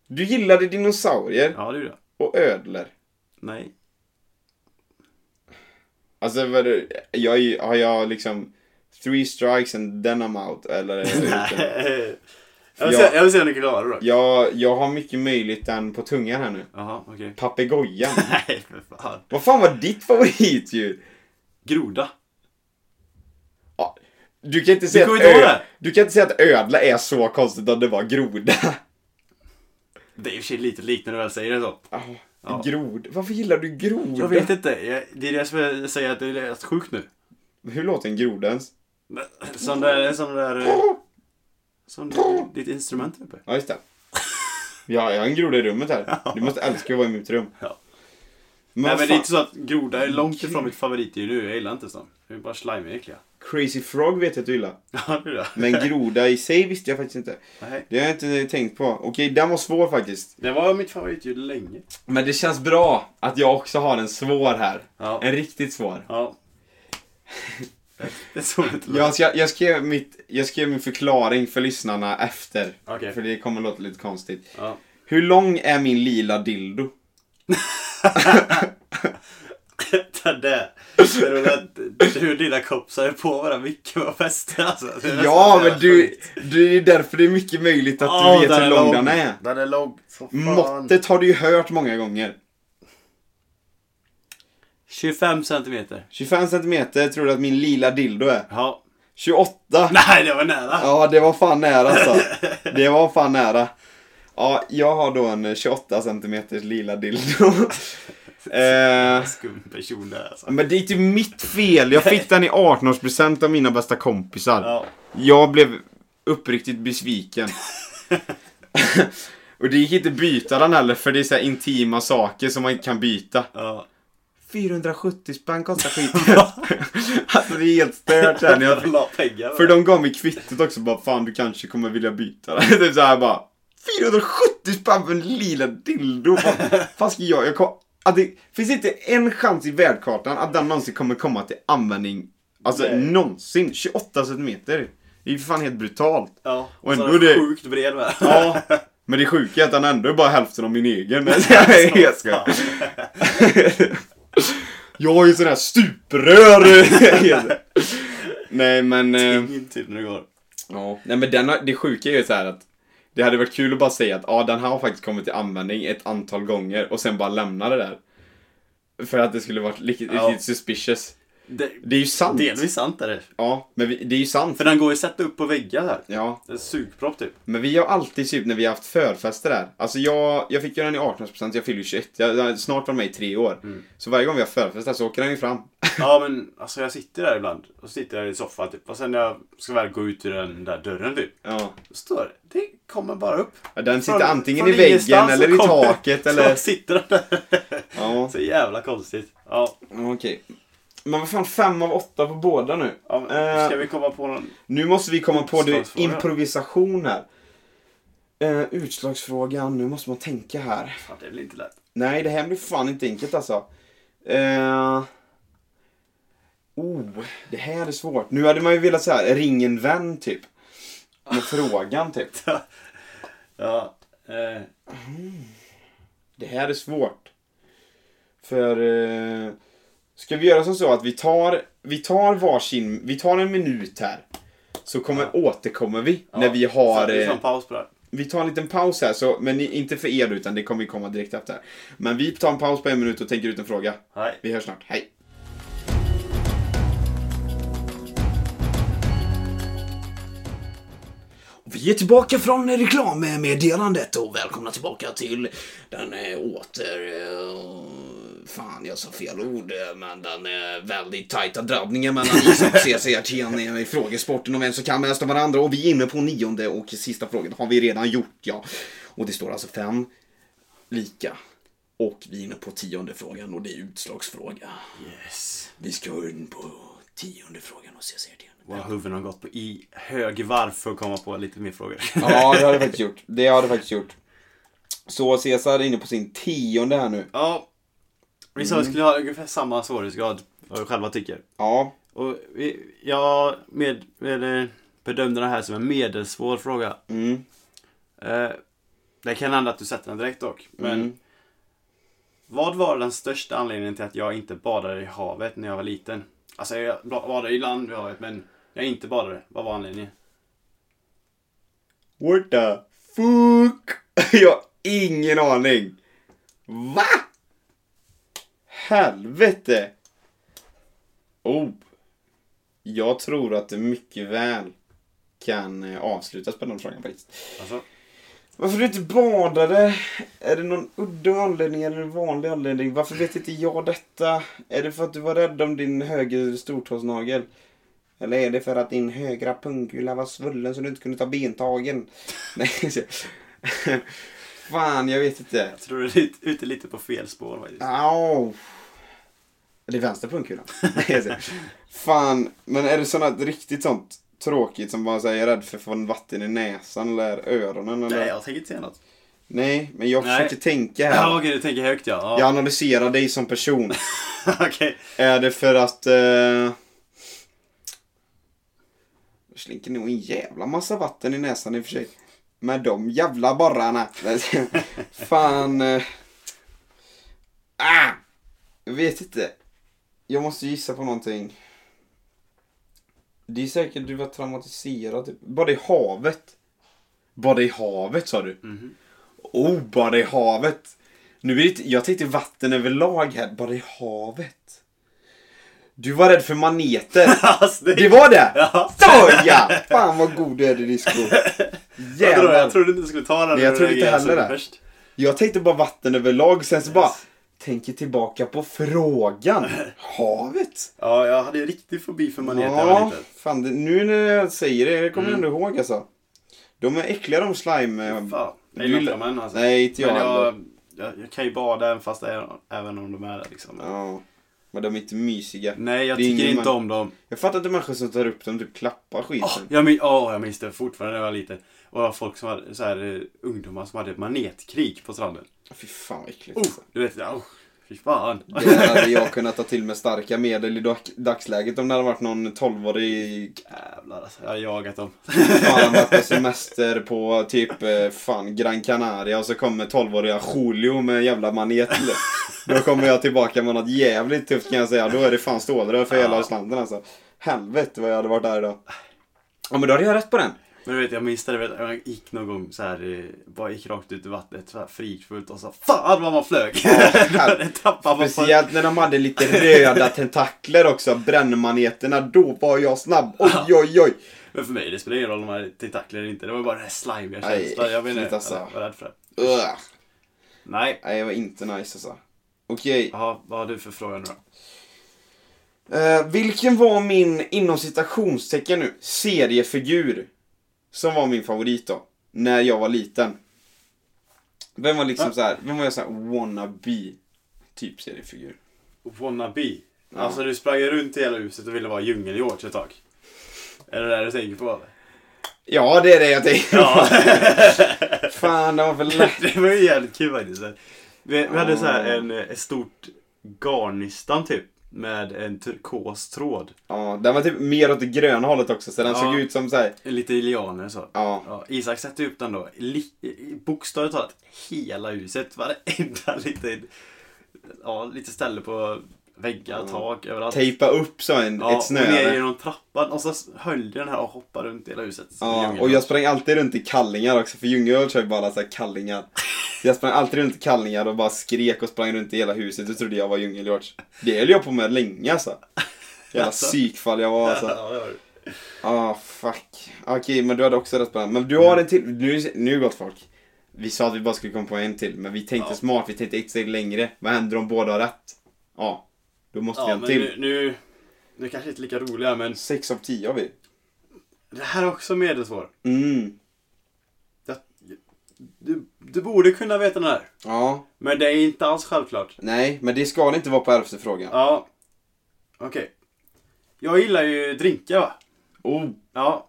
[SPEAKER 3] Du gillade dinosaurier
[SPEAKER 2] Ja, det gjorde jag.
[SPEAKER 3] och ödlor.
[SPEAKER 2] Nej.
[SPEAKER 3] Alltså, vad det, jag, är ju- har jag liksom three strikes and then I'm out? Eller? eller-
[SPEAKER 2] Nej. Jag vill, se, jag vill se om ni klarar det då.
[SPEAKER 3] jag, jag har mycket möjligt än på tungan här nu.
[SPEAKER 2] Jaha, okej.
[SPEAKER 3] Papegojan.
[SPEAKER 2] Nej, för fan.
[SPEAKER 3] Vad fan var ditt favoritdjur?
[SPEAKER 2] Groda.
[SPEAKER 3] Ja, du kan inte
[SPEAKER 2] Du
[SPEAKER 3] säga
[SPEAKER 2] kommer
[SPEAKER 3] att
[SPEAKER 2] inte ihåg
[SPEAKER 3] ö,
[SPEAKER 2] det?
[SPEAKER 3] Du kan inte säga att ödla är så konstigt om det var Ah, groda.
[SPEAKER 2] Det är i och för sig lite likt när du väl säger det så.
[SPEAKER 3] Oh,
[SPEAKER 2] Ja.
[SPEAKER 3] Grod. Varför gillar du groda?
[SPEAKER 2] Jag vet inte. Jag, det är det som jag säger att det är rätt sjukt nu.
[SPEAKER 3] Hur låter en groda ens?
[SPEAKER 2] Som där, som där... eh, Som ditt- ditt instrument uppe.
[SPEAKER 3] Ja, just det. Ja, jag har en groda i rummet här. Du måste älska att vara i mitt rum.
[SPEAKER 2] Ja.
[SPEAKER 3] Men
[SPEAKER 2] Nej
[SPEAKER 3] vad
[SPEAKER 2] men det är
[SPEAKER 3] fan-
[SPEAKER 2] inte så att groda är långt ifrån mitt favoritdjur nu. Jag gillar inte sånt. De är bara slimeäckliga.
[SPEAKER 3] Crazy Frog vet jag att du gillar.
[SPEAKER 2] Ja, det är det.
[SPEAKER 3] Men groda i sig visste jag faktiskt inte.
[SPEAKER 2] Nej.
[SPEAKER 3] Det har jag inte tänkt på. Okej, den var svår faktiskt.
[SPEAKER 2] Det var mitt favoritdjur länge.
[SPEAKER 3] Men det känns bra att jag också har en svår här.
[SPEAKER 2] Ja.
[SPEAKER 3] En riktigt svår.
[SPEAKER 2] Ja. Det är så det låter.
[SPEAKER 3] Jag, jag, jag, skrev mitt, jag skrev min förklaring för lyssnarna efter.
[SPEAKER 2] Okej.
[SPEAKER 3] För det kommer låta lite konstigt.
[SPEAKER 2] Ja.
[SPEAKER 3] Hur lång är min lila dildo?
[SPEAKER 2] Det där. Det är roligt att du och dina kompisar är på varandra mycket på fester alltså. Det är nästan
[SPEAKER 3] Ja,
[SPEAKER 2] jävla
[SPEAKER 3] men du,
[SPEAKER 2] sjukt.
[SPEAKER 3] du, det är därför det är mycket möjligt att
[SPEAKER 2] Ja,
[SPEAKER 3] du vet hur lång den är.
[SPEAKER 2] Den är lång som fan.
[SPEAKER 3] Måttet har du ju hört många gånger.
[SPEAKER 2] 25 centimeter.
[SPEAKER 3] 25 centimeter tror du att min lila dildo är.
[SPEAKER 2] Ja.
[SPEAKER 3] 28!
[SPEAKER 2] Nej, det var nära.
[SPEAKER 3] Ja, det var fan nära alltså. Det var fan nära. Ja, jag har då en 28 centimeters lila dildo. eh, Mm.
[SPEAKER 2] Skum person där alltså.
[SPEAKER 3] men det är ju mitt fel. Jag fick den i 18-årspresent av mina bästa kompisar.
[SPEAKER 2] Ja.
[SPEAKER 3] Jag blev uppriktigt besviken. Och det gick inte att byta den heller för det är så här intima saker som man inte kan byta.
[SPEAKER 2] Ja.
[SPEAKER 3] 470 spänn kostar skiten. alltså det är helt stört här. när jag-
[SPEAKER 2] la pengar.
[SPEAKER 3] För de gav mig kvittot också bara fan du kanske kommer vilja byta den. typ såhär bara 470 spänn för en lila dildo. Vad fan ska jag? jag kom, att det finns inte en chans i världskartan att den någonsin kommer komma till användning. Alltså
[SPEAKER 2] Nej.
[SPEAKER 3] någonsin. 28 centimeter. Det är ju för fan helt brutalt.
[SPEAKER 2] Ja.
[SPEAKER 3] Och
[SPEAKER 2] så
[SPEAKER 3] ändå
[SPEAKER 2] är den
[SPEAKER 3] det-
[SPEAKER 2] Sjukt bred va?
[SPEAKER 3] Ja. Men det sjuka är att den ändå är bara hälften av min egen. jag ska.
[SPEAKER 2] Fan.
[SPEAKER 3] Jag har ju sån här stuprör. Nej men. eh,
[SPEAKER 2] Ingen typ när det går.
[SPEAKER 3] Ja, nej men den, har- det sjuka är ju så här att det hade varit kul att bara säga att ja, den här har faktiskt kommit till användning ett antal gånger och sen bara lämna det där. För att det skulle varit riktigt,
[SPEAKER 2] Ja.
[SPEAKER 3] riktigt suspicious.
[SPEAKER 2] Det,
[SPEAKER 3] Det är ju sant.
[SPEAKER 2] delvis sant är det.
[SPEAKER 3] Ja, men vi, det är ju sant.
[SPEAKER 2] För den går ju att sätta upp på väggar där.
[SPEAKER 3] Ja,
[SPEAKER 2] En sugpropp typ.
[SPEAKER 3] men vi har alltid typ när vi har haft förfester där. Alltså jag, jag fick ju den i 18% jag fyller ju 21. Jag, jag, snart var den med i tre år.
[SPEAKER 2] Mm.
[SPEAKER 3] Så varje gång vi har förfest där så åker den ju fram.
[SPEAKER 2] Ja men alltså jag sitter där ibland. Och sitter där i soffan typ. Och sen när jag ska väl gå ut ur den där dörren typ.
[SPEAKER 3] Ja.
[SPEAKER 2] Då står det. Det kommer bara upp.
[SPEAKER 3] Ja, Den sitter
[SPEAKER 2] Från-
[SPEAKER 3] antingen
[SPEAKER 2] från
[SPEAKER 3] i väggen
[SPEAKER 2] ingenstans
[SPEAKER 3] eller
[SPEAKER 2] så
[SPEAKER 3] i
[SPEAKER 2] kommer-
[SPEAKER 3] taket
[SPEAKER 2] så
[SPEAKER 3] eller...
[SPEAKER 2] sitter den där.
[SPEAKER 3] Ja.
[SPEAKER 2] Så jävla konstigt. Ja.
[SPEAKER 3] Okej. Men vad fan, fem av åtta på båda nu.
[SPEAKER 2] ja men,
[SPEAKER 3] Eh.
[SPEAKER 2] ska vi komma på någon?
[SPEAKER 3] Nu måste vi komma på det
[SPEAKER 2] Utslagsfråga.
[SPEAKER 3] improvisation här. Eh, utslagsfrågan, nu måste man tänka här.
[SPEAKER 2] Fan det är väl inte lätt.
[SPEAKER 3] Nej, det här blir fan inte enkelt alltså. Eh, oh, det här är svårt. Nu hade man ju velat säga ring en vän typ. Med frågan typ.
[SPEAKER 2] Ja. Eh,
[SPEAKER 3] Det här är svårt. För... Eh, ska vi göra som så att vi tar, vi tar varsin, vi tar en minut här. Så kommer, återkommer vi
[SPEAKER 2] ja.
[SPEAKER 3] när vi har...
[SPEAKER 2] Så, vi
[SPEAKER 3] eh,
[SPEAKER 2] tar en paus på det här.
[SPEAKER 3] Vi tar en liten paus här, så, men ni- inte för er utan det kommer ju komma direkt efter. Men vi tar en paus på en minut och tänker ut en fråga.
[SPEAKER 2] Nej.
[SPEAKER 3] Vi hörs snart, hej!
[SPEAKER 1] Vi är tillbaka från reklammeddelandet och välkomna tillbaka till den eh, åter... eh, Fan, jag sa fel ord, eh, men den eh, väldigt tajta drabbningen mellan Isak och CC Artén eh, i frågesporten om vem som kan mest av varandra. Och vi är inne på nionde och sista frågan har vi redan gjort, ja. Och det står alltså fem lika. Och vi är inne på tionde frågan och det är utslagsfråga.
[SPEAKER 2] Yes.
[SPEAKER 1] Vi ska in på tionde frågan och CC Artén.
[SPEAKER 2] Våra huvuden har gått på i hög varv för att komma på lite mer frågor.
[SPEAKER 3] Ja, det har du faktiskt gjort. Det har du faktiskt gjort. Så Cesar är inne på sin tionde här nu.
[SPEAKER 2] ja. Vi sa att vi skulle ha ungefär samma svårighetsgrad, vad vi själva tycker.
[SPEAKER 3] Ja,
[SPEAKER 2] Och vi, jag med, med, eh, bedömde det här som en medelsvår fråga.
[SPEAKER 3] mm,
[SPEAKER 2] Eh, det kan hända att du sätter den direkt dock. Men
[SPEAKER 3] Mm.
[SPEAKER 2] vad var den största anledningen till att jag inte badade i havet när jag var liten? Alltså jag badade i land i havet men jag inte badade. Vad var anledningen?
[SPEAKER 3] What the fuck? Jag har ingen aning. Va? Helvete. Oh. Jag tror att det mycket väl kan eh, avslutas på den frågan faktiskt.
[SPEAKER 2] Alltså,
[SPEAKER 3] Varför du inte badade? Är det någon udda anledning eller en vanlig anledning? Varför vet inte jag detta? Är det för att du var rädd om din höger stortåsnagel? Eller är det för att din högra pungkula var svullen så du inte kunde ta bentagen? Nej, så- Fan, jag vet inte.
[SPEAKER 2] jag tror du är lite- ute lite på fel spår faktiskt.
[SPEAKER 3] Au! Det är vänster pungkulan. Nej, så- Fan, men är det sånt riktigt sånt tråkigt som bara säger rädd för att få vatten i näsan eller öronen? Eller?
[SPEAKER 2] Nej, jag tänker inte säga något.
[SPEAKER 3] Nej, men jag
[SPEAKER 2] Nej.
[SPEAKER 3] försöker tänka här.
[SPEAKER 2] Ja, okej, du tänker högt ja.
[SPEAKER 3] Jag
[SPEAKER 2] ja.
[SPEAKER 3] analyserar dig som person.
[SPEAKER 2] okej.
[SPEAKER 3] är det för att... Eh, slinker nog en jävla massa vatten i näsan i och för sig. Med de jävla borrarna. Fan. eh. Ah! Jag vet inte. Jag måste gissa på någonting. Det är säkert du var traumatiserad. Typ. Bara i havet. Bara i havet sa du? Oh, bara i havet. Nu är det, inte- jag tänkte vatten överlag här. Bara i havet. Du var rädd för maneter.
[SPEAKER 2] Alltså, det-
[SPEAKER 3] Det var det?
[SPEAKER 2] Ja.
[SPEAKER 3] Så ja! Fan vad god du är i disco.
[SPEAKER 2] Jag, tror, jag
[SPEAKER 3] Jävlar.
[SPEAKER 2] trodde inte du skulle ta den.
[SPEAKER 3] Nej, jag
[SPEAKER 2] när
[SPEAKER 3] trodde inte
[SPEAKER 2] reagerade
[SPEAKER 3] heller
[SPEAKER 2] så
[SPEAKER 3] det.
[SPEAKER 2] först.
[SPEAKER 3] Jag tänkte bara vatten överlag, sen så bara tänker tillbaka på frågan. Havet?
[SPEAKER 2] Ja, jag hade ju riktig fobi för maneter när jag var
[SPEAKER 3] Ja,
[SPEAKER 2] liten.
[SPEAKER 3] fan det, nu när jag säger det, det kommer jag ändå ihåg alltså. De är äckliga de slime. eh,
[SPEAKER 2] Fan,
[SPEAKER 3] Du-
[SPEAKER 2] jag gillar inte dem än alltså.
[SPEAKER 3] Nej, inte jag
[SPEAKER 2] Men
[SPEAKER 3] heller.
[SPEAKER 2] jag, jag, jag kan ju bada även fast det är, även om de är där liksom.
[SPEAKER 3] Ja, men de är inte mysiga.
[SPEAKER 2] Nej, jag
[SPEAKER 3] Det är
[SPEAKER 2] tycker
[SPEAKER 3] ingen
[SPEAKER 2] inte
[SPEAKER 3] man-
[SPEAKER 2] om dem.
[SPEAKER 3] Jag fattar inte människor som tar upp dem, typ klappar skiten.
[SPEAKER 2] Åh, jag, min, åh, jag minns det fortfarande när jag var liten. Och det var folk som hade, så här, eh, ungdomar som hade manetkrig på stranden.
[SPEAKER 3] Fy fan vad äckligt.
[SPEAKER 2] Oh, du vet, oh, fy fan.
[SPEAKER 3] Det hade jag kunnat ta till med starka medel i dag- dagsläget om det hade varit någon tolvårig
[SPEAKER 2] Jävlar alltså, jag har jagat dem.
[SPEAKER 3] fan varit på semester på typ eh, fan Gran Canaria och så kommer 12-åriga Julio med en jävla manet. Då kommer jag tillbaka med något jävligt tufft kan jag säga. Då är det fan stålrör för hela slanten alltså. Helvete vad jag hade varit där idag. Ja men då hade jag rätt på den.
[SPEAKER 2] Men du vet, jag minns det, du vet, jag gick någon gång så här, eh, bara gick rakt ut i vattnet så här frikfullt och så fan vad man flög! det tappade man på...
[SPEAKER 3] Speciellt när de hade lite röda tentakler också, brännmaneterna. Då var jag snabb. Oj, oj, oj.
[SPEAKER 2] Men för mig, det spelar ingen roll om man hade tentakler eller inte. Det var bara den här slimiga
[SPEAKER 3] Nej,
[SPEAKER 2] känslan. Jag vet inte,
[SPEAKER 3] äckligt, alltså.
[SPEAKER 2] jag var rädd för det.
[SPEAKER 3] Ugh.
[SPEAKER 2] Nej.
[SPEAKER 3] Nej, det var inte nice alltså. Okej,
[SPEAKER 2] Jaha, vad har du för fråga nu då?
[SPEAKER 3] Eh, vilken var min, inom citationstecken nu, seriefigur? Som var min favorit då, när jag var liten. Vem var liksom så här, vem var jag så här wannabe typ seriefigur?
[SPEAKER 2] Wannabe. Alltså du sprang ju runt i hela huset och ville vara djungelhjort ett tag. Är det det du tänker på? eller?
[SPEAKER 3] Ja, det är det jag tänker
[SPEAKER 2] Ja.
[SPEAKER 3] Fan, det var för lätt.
[SPEAKER 2] det var ju jävligt kul faktiskt. Vi, vi hade så här en, eh, ett stort garnistan typ. Med en turkos tråd.
[SPEAKER 3] Ja, den var typ mer åt det gröna hållet också, så den
[SPEAKER 2] Ja.
[SPEAKER 3] såg ut som så här.
[SPEAKER 2] Lite lianer och så.
[SPEAKER 3] Ja.
[SPEAKER 2] Ja, Isak satte upp den då. Li- i- bokstavligt talat hela huset. Varenda liten, ja, lite ställe på väggar, tak, överallt.
[SPEAKER 3] Tejpa upp så en,
[SPEAKER 2] ja,
[SPEAKER 3] ett
[SPEAKER 2] och ner
[SPEAKER 3] snöre.
[SPEAKER 2] genom trappan och så höll den här och hoppade runt i hela huset. som en
[SPEAKER 3] Ja,
[SPEAKER 2] djungel.
[SPEAKER 3] och jag sprang alltid runt i kallingar också, för Ljungöl kör ju bara så här kallingar. Jag sprang alltid runt i kallingar och bara skrek och sprang runt i hela huset och trodde jag var djungelhjort. Det höll jag på med länge alltså. Jävla psykfall jag var alltså.
[SPEAKER 2] Ja, det var det.
[SPEAKER 3] Ah, fuck. Okej, men du hade också rätt på den. Men du har en till. Nu, nu gott folk. Vi sa att vi bara skulle komma på en till, men vi tänkte
[SPEAKER 2] Ja.
[SPEAKER 3] smart. Vi tänkte ett steg längre. Vad händer om båda har rätt? Ja, då måste vi ha
[SPEAKER 2] ja
[SPEAKER 3] en
[SPEAKER 2] men
[SPEAKER 3] till.
[SPEAKER 2] nu, nu, nu kanske inte lika roliga men
[SPEAKER 3] Sex av tio har vi.
[SPEAKER 2] det här är också medelsvår.
[SPEAKER 3] Mm.
[SPEAKER 2] Jag, du, du borde kunna veta den här.
[SPEAKER 3] Ja.
[SPEAKER 2] Men det är inte alls självklart.
[SPEAKER 3] Nej, men det ska det inte vara på ärftefrågan.
[SPEAKER 2] Ja, okej. Jag gillar ju drinkar va?
[SPEAKER 3] Oh,
[SPEAKER 2] Ja.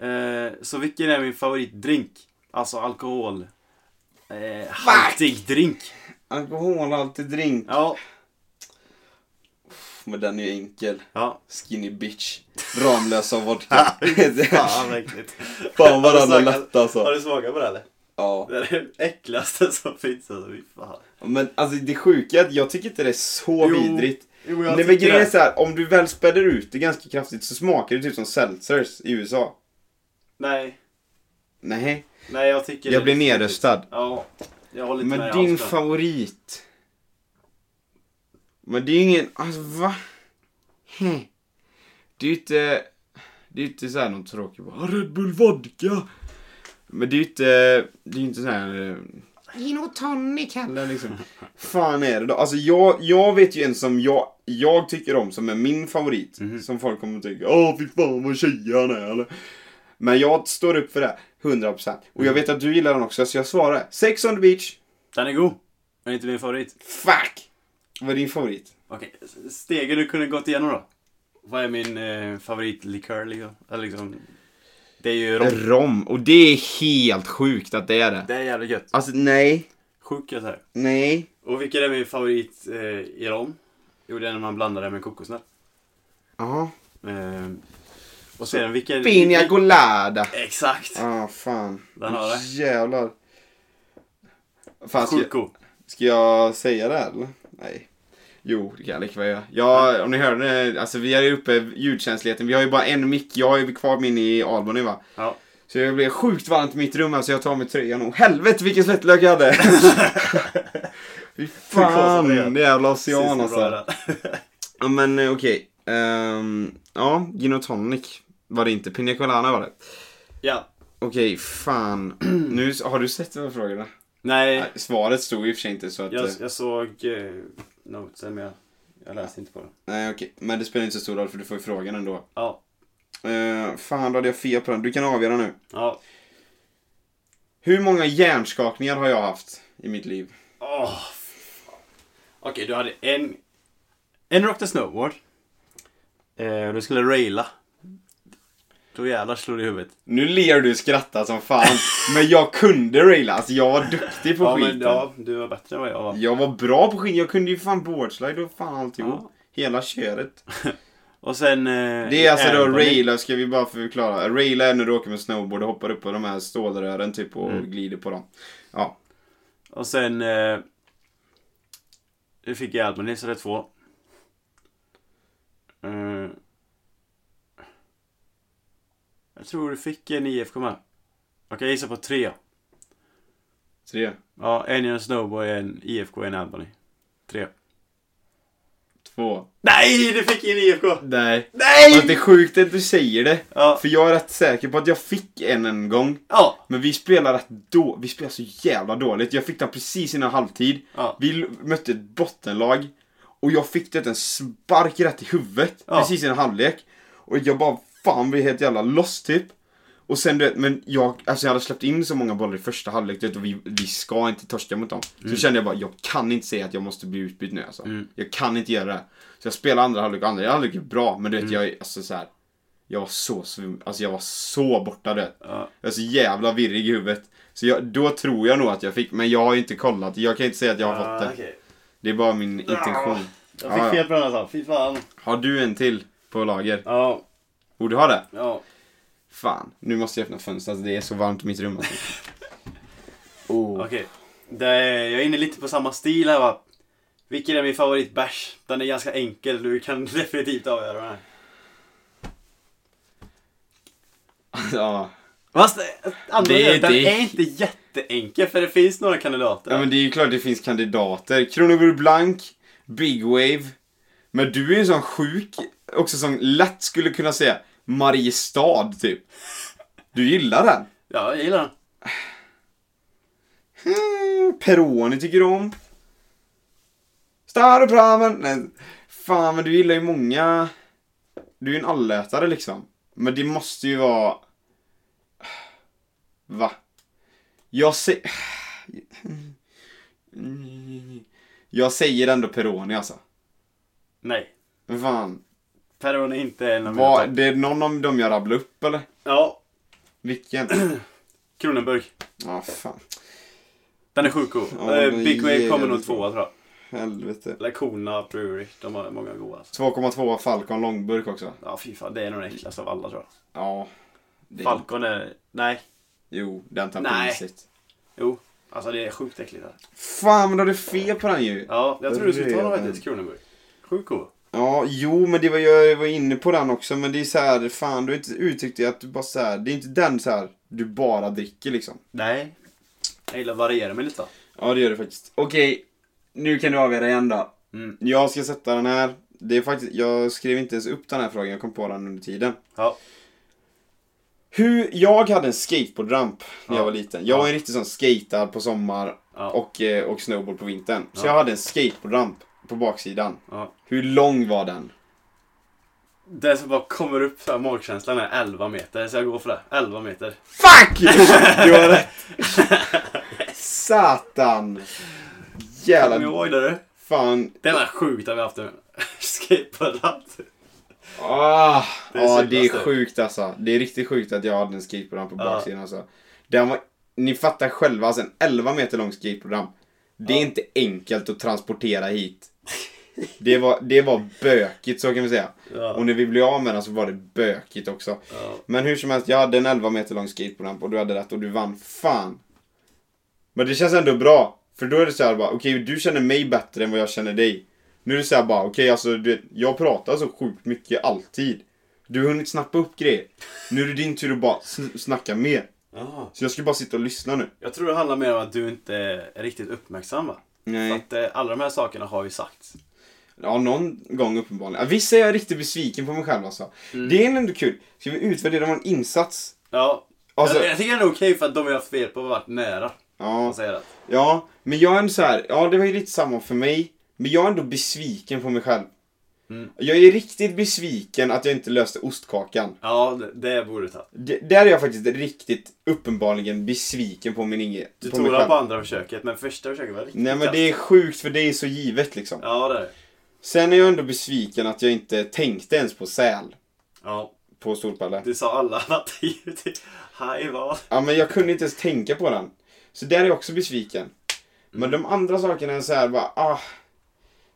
[SPEAKER 2] Eh, så vilken är min favoritdrink? Alltså alkohol. Eh, haltig drink.
[SPEAKER 3] Alkoholhaltig drink.
[SPEAKER 2] Ja.
[SPEAKER 3] Men den är ju enkel.
[SPEAKER 2] ja.
[SPEAKER 3] Skinny bitch. Ramlösa vodka.
[SPEAKER 2] Fan vad äckligt.
[SPEAKER 3] Fan vad den
[SPEAKER 2] Har
[SPEAKER 3] är
[SPEAKER 2] du
[SPEAKER 3] lätt
[SPEAKER 2] smakat-
[SPEAKER 3] alltså.
[SPEAKER 2] Har du smakat på det eller?
[SPEAKER 3] Ja.
[SPEAKER 2] Det är det äckligaste som finns alltså. Fy fan.
[SPEAKER 3] Men alltså det sjuka är att jag tycker inte det är så
[SPEAKER 2] Jo,
[SPEAKER 3] vidrigt.
[SPEAKER 2] jo, jag
[SPEAKER 3] Nej men
[SPEAKER 2] tycker
[SPEAKER 3] grejen är
[SPEAKER 2] det.
[SPEAKER 3] så här, om du väl späder ut det ganska kraftigt så smakar det typ som seltzers i USA.
[SPEAKER 2] Nej.
[SPEAKER 3] Nej,
[SPEAKER 2] Nej jag tycker
[SPEAKER 3] jag
[SPEAKER 2] det
[SPEAKER 3] blir
[SPEAKER 2] är lite
[SPEAKER 3] nedröstad.
[SPEAKER 2] äckligt. Ja. Jag håller inte
[SPEAKER 3] Men
[SPEAKER 2] med
[SPEAKER 3] din
[SPEAKER 2] alls där.
[SPEAKER 3] favorit. Men det är ju ingen, alltså va? Hm. Det är ju inte, det är ju inte såhär någon tråkig bara "Ah, Red Bull vodka. Men det är ju inte, det är ju inte såhär Gin och tonic heller liksom. Fan är det då? Alltså jag, jag vet ju en som jag, jag tycker om som är min favorit. Som folk kommer att tycka, åh fy fan vad tjej han är eller. Men jag står upp för det, 100%. Och jag vet att du gillar den också så jag svarar, Sex on the beach.
[SPEAKER 2] Den är god. Men inte min favorit.
[SPEAKER 3] Fuck! Vad är din favorit?
[SPEAKER 2] Okej. Stegen du kunde gått igenom då. Vad är min eh, favoritlikör liksom? Eller liksom? Det är ju rom.
[SPEAKER 3] Rom. Och det är helt sjukt att det är det.
[SPEAKER 2] Det är jävligt gött.
[SPEAKER 3] Alltså nej,
[SPEAKER 2] Sjukt gött här.
[SPEAKER 3] nej.
[SPEAKER 2] Och vilken är min favorit eh, i rom? Jo, det är när man blandar det med kokosnöt.
[SPEAKER 3] Jaha.
[SPEAKER 2] Eh, Och sedan vilken...
[SPEAKER 3] Pina Colada.
[SPEAKER 2] Exakt!
[SPEAKER 3] Ah, fan.
[SPEAKER 2] Den har det.
[SPEAKER 3] Jävlar. Fan, ska,
[SPEAKER 2] Sjuko.
[SPEAKER 3] ska jag säga det här, eller? Nej. Jo, det kan jag lika väl göra. Ja, om ni hörde, alltså vi är ju uppe ljudkänsligheten. Vi har ju bara en mick. Jag har ju kvar min i Albon nu va?
[SPEAKER 2] Ja.
[SPEAKER 3] Så jag blev sjukt varmt i mitt rum här så jag tar av mig tröjan och helvete vilken svettlök jag hade! Fy fan,
[SPEAKER 2] Precis,
[SPEAKER 3] det är jävla
[SPEAKER 2] Precis,
[SPEAKER 3] ocean
[SPEAKER 2] bra
[SPEAKER 3] alltså.
[SPEAKER 2] där.
[SPEAKER 3] Ja men eh, okej. Ehm, ja, gin och tonic var det inte. Pina colada var det.
[SPEAKER 2] ja.
[SPEAKER 3] Okej, fan. nu, har du sett de här frågorna? Nej,
[SPEAKER 2] Nej,
[SPEAKER 3] svaret stod i och för sig inte så att...
[SPEAKER 2] jag,
[SPEAKER 3] eh,
[SPEAKER 2] jag såg eh, notesen men jag, jag läste inte på den.
[SPEAKER 3] Nej okej, men det spelar inte så stor roll för du får ju frågan ändå.
[SPEAKER 2] Ja.
[SPEAKER 3] Eh, fan, då hade jag fel på den. Du kan avgöra nu.
[SPEAKER 2] Ja.
[SPEAKER 3] Hur många hjärnskakningar har jag haft i mitt liv?
[SPEAKER 2] Åh, fan. Okej, du hade en... En Rock the Snowboard. Eh, och du skulle raila. Då jävlar slog det i huvudet.
[SPEAKER 3] Nu ler du och skrattar som fan. men jag kunde raila, alltså jag var duktig på
[SPEAKER 2] Ja,
[SPEAKER 3] skiten.
[SPEAKER 2] men, ja, du var bättre än vad jag var.
[SPEAKER 3] Jag var bra på skit, jag kunde ju fan boardslide och fan alltihop.
[SPEAKER 2] Ja.
[SPEAKER 3] Hela köret.
[SPEAKER 2] Och sen... Eh,
[SPEAKER 3] Det är alltså då
[SPEAKER 2] Airbnb.
[SPEAKER 3] raila, ska vi bara förklara. Raila är när du åker med snowboard och hoppar upp på de här stålrören typ och
[SPEAKER 2] Mm.
[SPEAKER 3] glider på dem. Ja.
[SPEAKER 2] Och sen... Eh, du fick i Albany, så det är två. Eh, jag tror du fick en IFK med. Okej, jag gissar på tre.
[SPEAKER 3] Tre,
[SPEAKER 2] Ja, en genom snowboard, en IFK, en Albany. Tre.
[SPEAKER 3] två.
[SPEAKER 2] Nej, du fick in IFK!
[SPEAKER 3] Nej. Fast det är
[SPEAKER 2] Nej!
[SPEAKER 3] sjukt att du säger det.
[SPEAKER 2] Ja.
[SPEAKER 3] För jag är rätt säker på att jag fick en en gång.
[SPEAKER 2] Ja.
[SPEAKER 3] Men vi spelar rätt då. Vi spelar så jävla dåligt. Jag fick den precis innan halvtid.
[SPEAKER 2] Ja.
[SPEAKER 3] Vi l- mötte ett bottenlag. Och jag fick det en spark rätt i huvudet.
[SPEAKER 2] Ja.
[SPEAKER 3] Precis innan halvlek. Och jag bara, fan vi är helt jävla loss typ. Och sen du vet, men jag, alltså jag hade släppt in så många bollar i första halvlek du vet, och vi, vi ska inte torska mot dem. Så
[SPEAKER 2] Mm.
[SPEAKER 3] kände jag bara, jag kan inte säga att jag måste bli utbytt nu alltså. Jag kan inte göra det. Så jag spelade andra halvlek, och andra halvlek är bra, men du vet
[SPEAKER 2] Mm.
[SPEAKER 3] jag är alltså så här. Jag var så svim, alltså jag var så borta du vet.
[SPEAKER 2] Ja.
[SPEAKER 3] Jag är så jävla virrig i huvudet. Så jag, då tror jag nog att jag fick, men jag har ju inte kollat. Jag kan inte säga att jag har fått det. Det är bara min intention.
[SPEAKER 2] Ah,
[SPEAKER 3] Ah,
[SPEAKER 2] Jag fick
[SPEAKER 3] Ja, ja.
[SPEAKER 2] fel på den alltså. Fy fan.
[SPEAKER 3] Har du en till på lager?
[SPEAKER 2] Ja.
[SPEAKER 3] Borde du ha det?
[SPEAKER 2] Ja.
[SPEAKER 3] Fan, nu måste jag öppna fönstret. Alltså, det är så varmt i mitt rum. Alltså. oh.
[SPEAKER 2] Okej. Det är- Jag är inne lite på samma stil här va. Vilken är min favoritbärs? Den är ganska enkel. Du kan definitivt avgöra den här.
[SPEAKER 3] ja.
[SPEAKER 2] Fast eh, andra
[SPEAKER 3] Det är
[SPEAKER 2] delen, den
[SPEAKER 3] inte-
[SPEAKER 2] är inte jätteenkel för det finns några kandidater.
[SPEAKER 3] ja, men det är ju klart det finns kandidater. Kronoberg Blank, Big Wave. Men du är ju en sån sjuk, också som lätt skulle kunna säga Mariestad typ. Du gillar den.
[SPEAKER 2] Ja, jag gillar den.
[SPEAKER 3] Mm, Peroni tycker du om. Star och Praven. Nej, fan men du gillar ju många. Du är ju en allätare liksom. Men det måste ju vara... Va? Jag säger... Jag säger ändå Peroni alltså.
[SPEAKER 2] Nej.
[SPEAKER 3] Men fan.
[SPEAKER 2] Perron är inte en av mina
[SPEAKER 3] Vad,
[SPEAKER 2] topp.
[SPEAKER 3] det är någon av dem jag rabblade upp eller?
[SPEAKER 2] Ja.
[SPEAKER 3] Vilken?
[SPEAKER 2] Kronenburg.
[SPEAKER 3] Ja, fan.
[SPEAKER 2] Den är sjuk god.
[SPEAKER 3] Ja,
[SPEAKER 2] Eh,
[SPEAKER 3] den är
[SPEAKER 2] Big Wave kommer nog
[SPEAKER 3] jävligt
[SPEAKER 2] tvåa tror jag.
[SPEAKER 3] Helvete.
[SPEAKER 2] Eller Kona Brewery. De har många goda. Alltså.
[SPEAKER 3] 2,2 Falcon långburk också.
[SPEAKER 2] Ja, fy fan. Det är nog den äckligaste av alla tror jag.
[SPEAKER 3] Ja. det-
[SPEAKER 2] Falcon är... Nej.
[SPEAKER 3] Jo, den tar
[SPEAKER 2] Nej.
[SPEAKER 3] priset.
[SPEAKER 2] Jo. Alltså det är sjukt äckligt. Här.
[SPEAKER 3] Fan, men du hade fel på den ju.
[SPEAKER 2] Ja, jag tror du skulle ta den
[SPEAKER 3] Redan.
[SPEAKER 2] faktiskt. Kronenburg. Sjukt god.
[SPEAKER 3] Ja, jo, men det var jag var inne på den också. Men det är så här, fan, du har inte uttryckt dig att du bara så här, det är inte den så här, du bara dricker liksom.
[SPEAKER 2] Nej. Jag gillar att variera mig lite.
[SPEAKER 3] Ja, det gör du faktiskt. Okej, nu kan du avgöra igen då.
[SPEAKER 2] Mm.
[SPEAKER 3] Jag ska sätta den här. Det är faktiskt, jag skrev inte ens upp den här frågan, jag kom på den under tiden.
[SPEAKER 2] Ja.
[SPEAKER 3] Hur, jag hade en skateboardramp när
[SPEAKER 2] Ja.
[SPEAKER 3] jag var liten. Jag var en riktig sån skater på sommar
[SPEAKER 2] Ja.
[SPEAKER 3] och, eh, och snowboard på vintern. Så
[SPEAKER 2] Ja.
[SPEAKER 3] jag hade en skateboardramp på baksidan.
[SPEAKER 2] ja.
[SPEAKER 3] Hur lång var den?
[SPEAKER 2] Det som bara kommer upp så här magkänslan är 11 meter. Så jag går för det. 11 meter.
[SPEAKER 3] Fuck! Du har rätt. Satan.
[SPEAKER 2] Kom
[SPEAKER 3] Jävla
[SPEAKER 2] ihåg det du.
[SPEAKER 3] fan.
[SPEAKER 2] Det var sjukt att vi haft en skateboardramp.
[SPEAKER 3] Ah,
[SPEAKER 2] Det är så
[SPEAKER 3] ah, det är
[SPEAKER 2] jävla stort.
[SPEAKER 3] sjukt alltså. Det är riktigt sjukt att jag hade en skateboardramp på
[SPEAKER 2] Ja.
[SPEAKER 3] baksidan alltså. Den var, ni fattar själva, alltså en 11 meter lång skateboardramp. Det är
[SPEAKER 2] Ja.
[SPEAKER 3] inte enkelt att transportera hit. Det var, det var bökigt så kan vi säga.
[SPEAKER 2] Ja.
[SPEAKER 3] Och när vi blev av med den så var det bökigt också.
[SPEAKER 2] Ja.
[SPEAKER 3] Men hur som helst, jag hade en 11 meter lång skateboardramp och du hade rätt och du vann. Fan! Men det känns ändå bra. För då är det så här bara, okej du känner mig bättre än vad jag känner dig. Nu är det så här bara, okej alltså du, vet, jag pratar så sjukt mycket alltid. Du har hunnit snappa upp grejer. Nu är det din tur att bara sn- snacka mer.
[SPEAKER 2] Jaha.
[SPEAKER 3] Så jag ska bara sitta och lyssna nu.
[SPEAKER 2] Jag tror det handlar mer om att du inte är riktigt uppmärksam va?
[SPEAKER 3] Nej.
[SPEAKER 2] För att eh, alla de här sakerna har ju sagts.
[SPEAKER 3] Ja, någon gång uppenbarligen. Ja, Visst är jag riktigt besviken på mig själv alltså. Det är ändå kul. Ska vi utvärdera vår insats?
[SPEAKER 2] Ja.
[SPEAKER 3] Alltså-
[SPEAKER 2] jag, jag tycker det är okej för att de jag har haft fel på har varit nära.
[SPEAKER 3] Ja.
[SPEAKER 2] Man säger att.
[SPEAKER 3] Ja, men jag är ändå så här. Ja, det var ju lite samma för mig. Men jag är ändå besviken på mig själv.
[SPEAKER 2] Mm.
[SPEAKER 3] Jag är riktigt besviken att jag inte löste ostkakan.
[SPEAKER 2] Ja, det, det borde du ta.
[SPEAKER 3] Det, där är jag faktiskt riktigt uppenbarligen besviken på min inge.
[SPEAKER 2] Du
[SPEAKER 3] på mig
[SPEAKER 2] tog på
[SPEAKER 3] själv.
[SPEAKER 2] andra försöket, men första försöket var riktigt
[SPEAKER 3] Nej men
[SPEAKER 2] kass.
[SPEAKER 3] det är sjukt för det är så givet liksom.
[SPEAKER 2] Ja, det är det.
[SPEAKER 3] Sen är jag ändå besviken att jag inte tänkte ens på säl.
[SPEAKER 2] Ja,
[SPEAKER 3] På Storpalle.
[SPEAKER 2] du sa alla alternativ till haj var.
[SPEAKER 3] Ja, men jag kunde inte ens tänka på den. Så där är jag också besviken. Men
[SPEAKER 2] Mm.
[SPEAKER 3] de andra sakerna är så här bara, ah.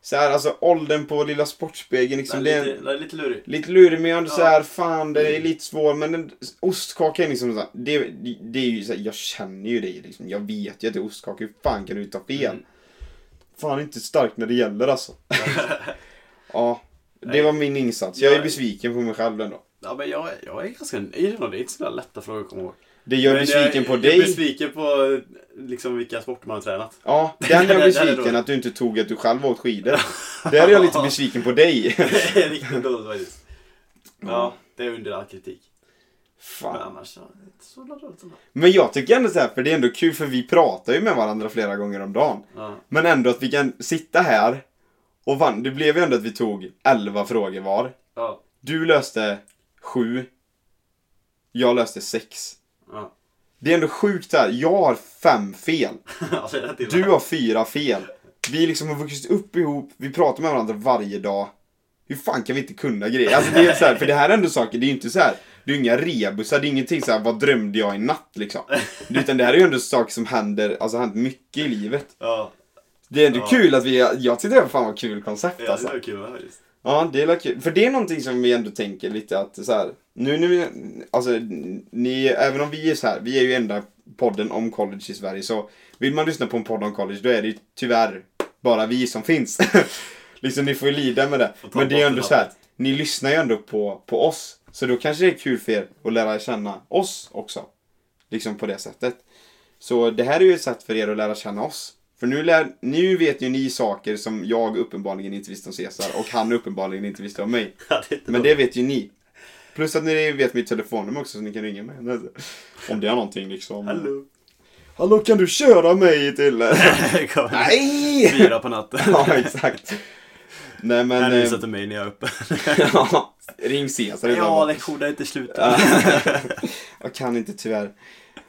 [SPEAKER 3] Så här, alltså åldern på lilla Sportspegeln liksom. Det
[SPEAKER 2] det,
[SPEAKER 3] är en,
[SPEAKER 2] är lite- det är lite lurig.
[SPEAKER 3] lite lurig men jag är ändå
[SPEAKER 2] Ja.
[SPEAKER 3] så här, fan det är lite svår. Men en ostkaka är liksom så här, det, det är ju så här, jag känner ju dig liksom. Jag vet ju att det är ostkaka. Hur fan kan du ta fel?
[SPEAKER 2] Mm.
[SPEAKER 3] Fan inte stark när det gäller alltså. ja. Det var min insats. Jag är
[SPEAKER 2] Jag-
[SPEAKER 3] besviken på mig själv ändå.
[SPEAKER 2] Ja, men jag, jag är ganska nöjd och det är inte så där lätta frågor att komma ihåg.
[SPEAKER 3] Det gör
[SPEAKER 2] Men
[SPEAKER 3] besviken
[SPEAKER 2] jag,
[SPEAKER 3] på
[SPEAKER 2] jag
[SPEAKER 3] dig.
[SPEAKER 2] Jag är besviken på eh, liksom vilka sporter man har tränat.
[SPEAKER 3] Ja, den är
[SPEAKER 2] Den
[SPEAKER 3] jag
[SPEAKER 2] är
[SPEAKER 3] besviken
[SPEAKER 2] dålig.
[SPEAKER 3] att du inte tog att du själv åkt skidor. Där är jag lite besviken på dig.
[SPEAKER 2] Det är riktigt dåligt faktiskt. Ja, det är under all kritik. Men
[SPEAKER 3] Fan.
[SPEAKER 2] annars, ja, det är inte så jävla dåligt ändå.
[SPEAKER 3] Men jag tycker ändå så här, för det är ändå kul för vi pratar ju med varandra flera gånger om dagen.
[SPEAKER 2] Ja.
[SPEAKER 3] Men ändå att vi kan sitta här och vann. Det blev ju ändå att vi tog 11 frågor var.
[SPEAKER 2] Ja.
[SPEAKER 3] Du löste 7. Jag löste 6.
[SPEAKER 2] Ja.
[SPEAKER 3] Det är ändå sjukt här. Jag har fem fel.
[SPEAKER 2] Ja, det är rätt illa.
[SPEAKER 3] Du har fyra fel. Vi liksom har vuxit upp ihop, vi pratar med varandra varje dag. Hur fan kan vi inte kunna grejer? Alltså det är så här, för det här är ändå saker, det är ju inte så här. Det är ju inga rebusar, det är ingenting så här, vad drömde jag i natt liksom. Utan det här är ju ändå saker som händer, alltså hänt mycket i livet.
[SPEAKER 2] Ja,
[SPEAKER 3] Det är ändå
[SPEAKER 2] Ja.
[SPEAKER 3] kul att vi, jag tyckte det var fan vad kul koncept
[SPEAKER 2] ja, det
[SPEAKER 3] alltså.
[SPEAKER 2] var kul faktiskt.
[SPEAKER 3] Ja, det är väl kul. För det är någonting som vi ändå tänker lite att så här. Nu när vi, alltså ni, även om vi är så här, vi är ju enda podden om college i Sverige så vill man lyssna på en podd om college då är det ju tyvärr bara vi som finns. liksom ni får ju lida med det.
[SPEAKER 2] ta
[SPEAKER 3] Men det är ju ändå
[SPEAKER 2] bort
[SPEAKER 3] så här,
[SPEAKER 2] lappet.
[SPEAKER 3] ni lyssnar ju ändå på, på oss. Så då kanske det är kul för er att lära känna oss också. Liksom på det sättet. Så det här är ju ett sätt för er att lära känna oss. För nu, lär, nu vet ju ni saker som jag uppenbarligen inte visste om Cesar och han uppenbarligen inte visste om mig.
[SPEAKER 2] Ja, det är inte
[SPEAKER 3] Men
[SPEAKER 2] dåligt.
[SPEAKER 3] det vet ju ni. Plus att ni vet mitt telefonnummer också så ni kan ringa mig. Om det är någonting liksom.
[SPEAKER 2] Hallå.
[SPEAKER 3] Hallå kan du köra mig till...
[SPEAKER 2] Kommer
[SPEAKER 3] Nej!
[SPEAKER 2] Fyra på natten.
[SPEAKER 3] ja exakt. Nej men...
[SPEAKER 2] Han
[SPEAKER 3] eh,
[SPEAKER 2] visar till mig när jag är uppe.
[SPEAKER 3] ja, ring Cesar
[SPEAKER 2] ja, lektionen är inte slut.
[SPEAKER 3] Jag kan inte tyvärr.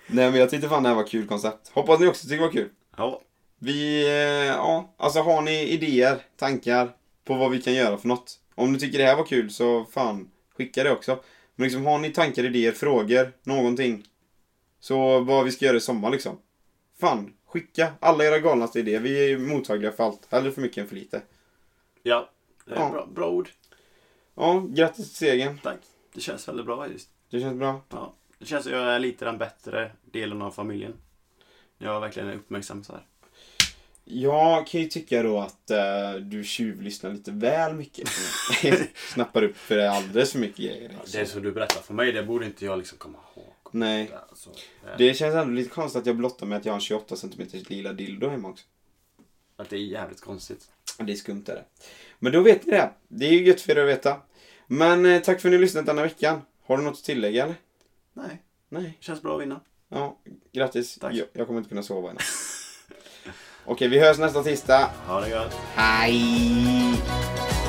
[SPEAKER 3] Nej men jag tyckte fan det här var ett kul koncept. Hoppas ni också tycker det var kul.
[SPEAKER 2] Ja.
[SPEAKER 3] Vi, eh, ja, alltså har ni idéer, tankar på vad vi kan göra för något? Om ni tycker det här var kul så fan, skicka det också. Men liksom har ni tankar, idéer, frågor, någonting. Så vad vi ska göra i sommar liksom. Fan, skicka alla era galnaste idéer. Vi är ju mottagliga för allt. Hellre för mycket än för lite.
[SPEAKER 2] Ja, det är
[SPEAKER 3] Ja.
[SPEAKER 2] Bra, bra ord.
[SPEAKER 3] Ja, grattis till segern.
[SPEAKER 2] Tack. Det känns väldigt bra just.
[SPEAKER 3] Det känns bra.
[SPEAKER 2] Ja. Det känns att jag är lite den bättre delen av familjen. Jag är verkligen uppmärksam så här.
[SPEAKER 3] Jag kan ju tycka då att eh, du tjuvlyssnar lite väl mycket. Snappar upp för det alldeles för mycket grejer. liksom.
[SPEAKER 2] Det som du berättar för mig, det borde inte jag liksom komma ihåg.
[SPEAKER 3] Nej.
[SPEAKER 2] Det, alltså, det,
[SPEAKER 3] Det känns ändå lite konstigt att jag blottar mig att jag har en 28 cm lila dildo hemma också.
[SPEAKER 2] Att det är jävligt konstigt.
[SPEAKER 3] Ja, Det är skumt är det. Men då vet ni det. Det är ju gött för er att veta. Men eh, tack för att ni har lyssnat denna veckan. Har du något att tillägga eller?
[SPEAKER 2] Nej,
[SPEAKER 3] Nej.
[SPEAKER 2] det känns bra att vinna.
[SPEAKER 3] Ja, grattis.
[SPEAKER 2] Tack.
[SPEAKER 3] Jag, jag kommer inte kunna sova i natt. Okej, vi hörs nästa tisdag.
[SPEAKER 2] Ha det gött.
[SPEAKER 3] Hej!